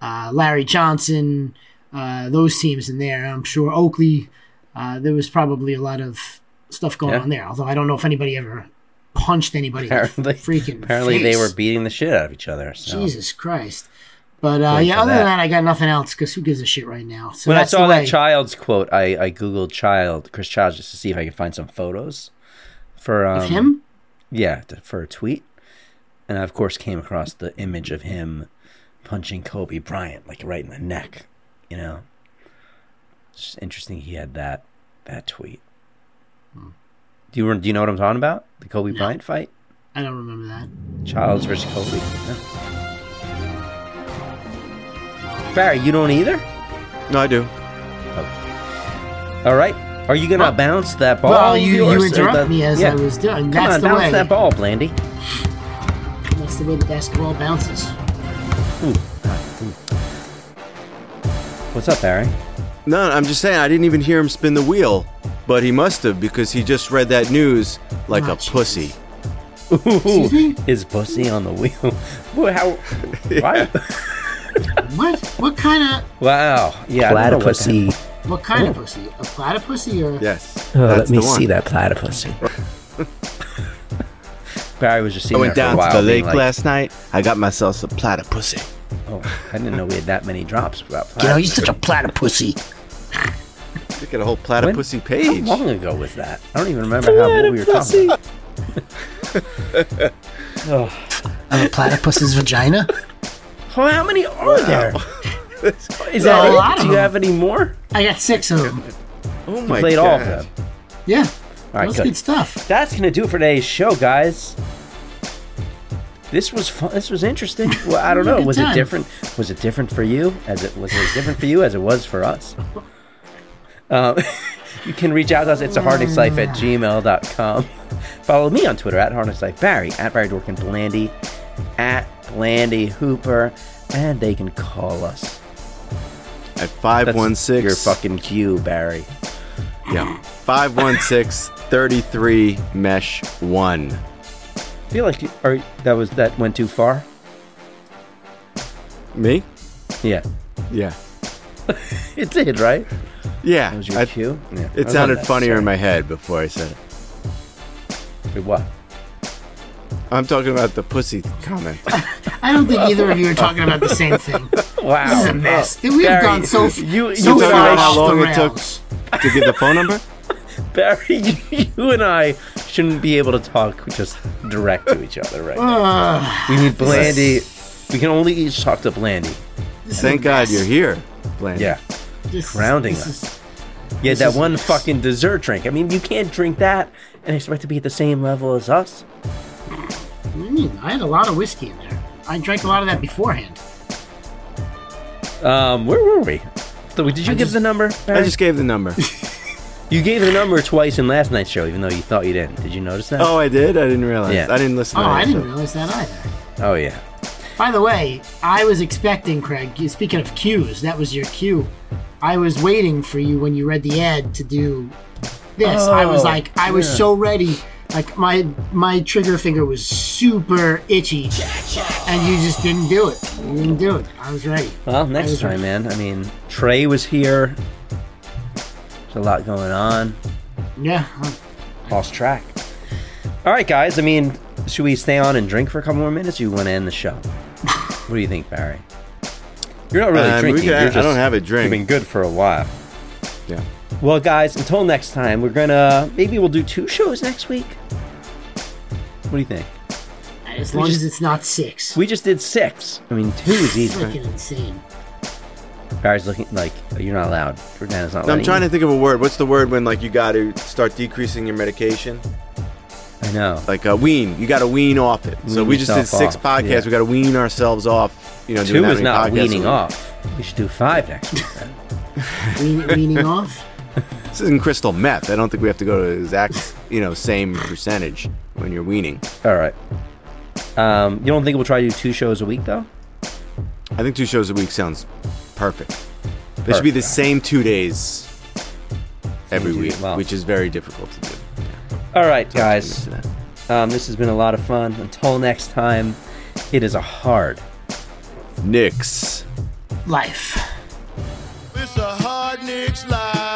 Speaker 7: uh, Larry Johnson, uh, those teams in there. I'm sure Oakley. Uh, there was probably a lot of stuff going
Speaker 3: Yeah.
Speaker 7: on there. Although I don't know if anybody ever." Punched anybody. in the
Speaker 3: Apparently,
Speaker 7: freaking
Speaker 3: apparently they
Speaker 7: face.
Speaker 3: were beating the shit out of each other. So.
Speaker 7: Jesus Christ. But uh,
Speaker 3: Wait
Speaker 7: yeah,
Speaker 3: for
Speaker 7: other
Speaker 3: that.
Speaker 7: than that, I got nothing else because who gives a shit right now? So
Speaker 3: when I
Speaker 7: that's the
Speaker 3: saw
Speaker 7: way.
Speaker 3: that child's quote, I, I googled child Chris Childs just to see if I could find some photos for um,
Speaker 7: Of him?
Speaker 3: Yeah, to, for a tweet, and I of course came across the image of him punching Kobe Bryant like right in the neck. You know, it's just interesting he had that that tweet. Do you do you know what I'm talking about? The Kobe Bryant fight,
Speaker 7: I don't remember that.
Speaker 3: Childs versus Kobe. No. Barry, you don't either.
Speaker 4: No, I do.
Speaker 3: Oh. All right. Are you gonna bounce that ball?
Speaker 7: well, you-
Speaker 3: of
Speaker 7: you
Speaker 3: yours?
Speaker 7: interrupt
Speaker 3: Uh,
Speaker 7: me as I was doing.
Speaker 3: Come
Speaker 7: That's
Speaker 3: on,
Speaker 7: the
Speaker 3: bounce
Speaker 7: way.
Speaker 3: that ball, Blandy.
Speaker 7: That's the way the basketball bounces.
Speaker 3: Ooh. Ooh. What's up, Barry?
Speaker 4: No, I'm just saying I didn't even hear him spin the wheel, but he must have because he just read that news like a pussy.
Speaker 3: Ooh, his pussy on the wheel. Well, how? Why?
Speaker 7: What? What kind
Speaker 3: Wow. Yeah. I don't know what
Speaker 13: Platypussy.
Speaker 3: that-
Speaker 7: of? What kind of pussy? A platypussy or?
Speaker 4: Yes.
Speaker 3: Oh, let
Speaker 4: That's
Speaker 3: me
Speaker 4: the one.
Speaker 3: see that platypus. Barry was just
Speaker 4: I
Speaker 3: sitting
Speaker 4: went
Speaker 3: there for
Speaker 4: down
Speaker 3: a while,
Speaker 4: to the
Speaker 3: being
Speaker 4: lake
Speaker 3: like,
Speaker 4: last night. I got myself some platypussy.
Speaker 3: Oh, I didn't know we had that many drops about platypus.
Speaker 4: Get out, you such a
Speaker 7: platypussy.
Speaker 4: Look at a whole platypussy page.
Speaker 3: How long ago was that? I don't even remember how what we were talking about. Oh.
Speaker 7: Of a platypus's vagina?
Speaker 3: How how many are there? Is
Speaker 7: There
Speaker 3: that
Speaker 7: are a
Speaker 3: it?
Speaker 7: lot of
Speaker 3: Do you
Speaker 7: them.
Speaker 3: have any more?
Speaker 7: I got six of them.
Speaker 4: Oh
Speaker 3: You played all of them.
Speaker 7: Yeah.
Speaker 3: All right,
Speaker 7: That's
Speaker 3: good.
Speaker 7: good stuff.
Speaker 3: That's gonna do it for today's show, guys. This was fun. This was interesting. Well, I don't
Speaker 7: It was
Speaker 3: know. Was
Speaker 7: a good
Speaker 3: it
Speaker 7: time.
Speaker 3: different? Was it different for you? As it was it different for you as it was for us. Um, you can reach out to us. It's a hardnesslife at gmail.com. Follow me on Twitter at hardnesslife Barry at Barry Dorkin Blandy at Blandy Hooper, and they can call us
Speaker 4: At 516.
Speaker 3: Your fucking cue, Barry.
Speaker 4: Yeah. 516 33 mesh 1.
Speaker 3: I feel like you, or that was that went too far.
Speaker 4: Me?
Speaker 3: Yeah,
Speaker 4: Yeah.
Speaker 3: it did, right?
Speaker 4: Yeah.
Speaker 3: That was your
Speaker 4: I-
Speaker 3: cue? Yeah. That
Speaker 4: It
Speaker 3: was
Speaker 4: sounded
Speaker 3: unnecessary.
Speaker 4: funnier in my head before I said it.
Speaker 3: Wait, what?
Speaker 4: I'm talking about the pussy comment.
Speaker 7: I don't think either of you are talking about the same thing.
Speaker 3: Wow.
Speaker 7: This is a mess. We
Speaker 3: Barry,
Speaker 7: have gone so f-
Speaker 3: you-
Speaker 7: so
Speaker 3: you
Speaker 7: far
Speaker 4: talking about how
Speaker 7: off
Speaker 4: long
Speaker 7: the
Speaker 4: it took
Speaker 7: rails.
Speaker 4: to give the phone number?
Speaker 3: Barry, you, you and I shouldn't be able to talk just direct to each other right now.
Speaker 7: Ugh.
Speaker 3: We need Blandy. We can only each talk to Blandy.
Speaker 7: This is
Speaker 4: Thank
Speaker 7: a
Speaker 4: God
Speaker 7: mess.
Speaker 4: you're here, Blandy.
Speaker 3: Yeah,
Speaker 7: This-
Speaker 3: grounding
Speaker 7: this
Speaker 3: us.
Speaker 7: is-
Speaker 3: yeah,
Speaker 7: this
Speaker 3: that
Speaker 7: is-
Speaker 3: one fucking dessert drink. I mean, you can't drink that and expect to be at the same level as us.
Speaker 7: What do you mean? I had a lot of whiskey in there. I drank a lot of that beforehand.
Speaker 3: Um, where were we? So, did you give the number?
Speaker 4: I
Speaker 3: Barry?
Speaker 4: just gave the number.
Speaker 3: you gave the number twice in last night's show, even though you thought you didn't. Did you notice that?
Speaker 4: Oh, I did? I didn't realize.
Speaker 3: Yeah.
Speaker 4: I didn't listen
Speaker 7: Oh,
Speaker 4: to
Speaker 7: I
Speaker 4: that.
Speaker 7: didn't realize that either.
Speaker 3: Oh, yeah.
Speaker 7: By the way, I was expecting Craig. you- Speaking of cues, that was your cue. I was waiting for you when you read the ad to do this. I was
Speaker 3: Oh,
Speaker 7: like, I was
Speaker 3: yeah.
Speaker 7: so ready. Like my my trigger finger was super itchy, and you just didn't do it. You didn't do it. I was ready.
Speaker 3: Well,
Speaker 7: I
Speaker 3: next
Speaker 7: was
Speaker 3: time, man. I mean, Trey was here. There's a lot going on.
Speaker 7: Yeah. um,
Speaker 3: Lost track. All right, guys. I mean, should we stay on and drink for a couple more minutes? Or you want to end the show? what do you think, Barry? You're not really
Speaker 4: Um, we
Speaker 3: drinking.
Speaker 4: can-
Speaker 3: You're
Speaker 4: I
Speaker 3: just-
Speaker 4: don't have a drink.
Speaker 3: You've been good for a while.
Speaker 4: Yeah.
Speaker 3: Well, guys, until next time, we're gonna maybe we'll do two shows next week. What do you think?
Speaker 7: As
Speaker 3: We
Speaker 7: long
Speaker 3: just-
Speaker 7: as it's not six.
Speaker 3: We just did six. I mean, two is easy.
Speaker 7: Freaking insane.
Speaker 3: Barry's looking like you're not allowed. Jordana's not.
Speaker 4: I'm
Speaker 3: letting
Speaker 4: trying
Speaker 3: you.
Speaker 4: to think of a word. What's the word when like you got to start decreasing your medication?
Speaker 3: I know.
Speaker 4: Like uh, wean. You got to wean off it. so
Speaker 3: Wean
Speaker 4: we just did
Speaker 3: yourself
Speaker 4: six
Speaker 3: off,
Speaker 4: podcasts.
Speaker 3: yeah.
Speaker 4: We got to wean ourselves off. You know,
Speaker 3: Two
Speaker 4: doing that
Speaker 3: is
Speaker 4: many
Speaker 3: not
Speaker 4: podcasts a
Speaker 3: weaning
Speaker 4: week.
Speaker 3: off. We should do five next week. Then.
Speaker 7: Wean- Weaning off.
Speaker 4: This isn't crystal meth. I don't think we have to go to the exact you know same percentage when you're weaning.
Speaker 3: All right. Um, you don't think we'll try to do two shows a week though?
Speaker 4: I think two shows a week sounds perfect. They should be the
Speaker 3: Perfect.
Speaker 4: same two days every
Speaker 3: two-
Speaker 4: week,
Speaker 3: wow.
Speaker 4: which is very difficult to do.
Speaker 3: All right,
Speaker 4: Let's
Speaker 3: guys.
Speaker 4: do that.
Speaker 3: Um, this has been a lot of fun. Until next time, it is a hard
Speaker 4: Nix.
Speaker 7: Life.
Speaker 14: It's a hard Knicks live.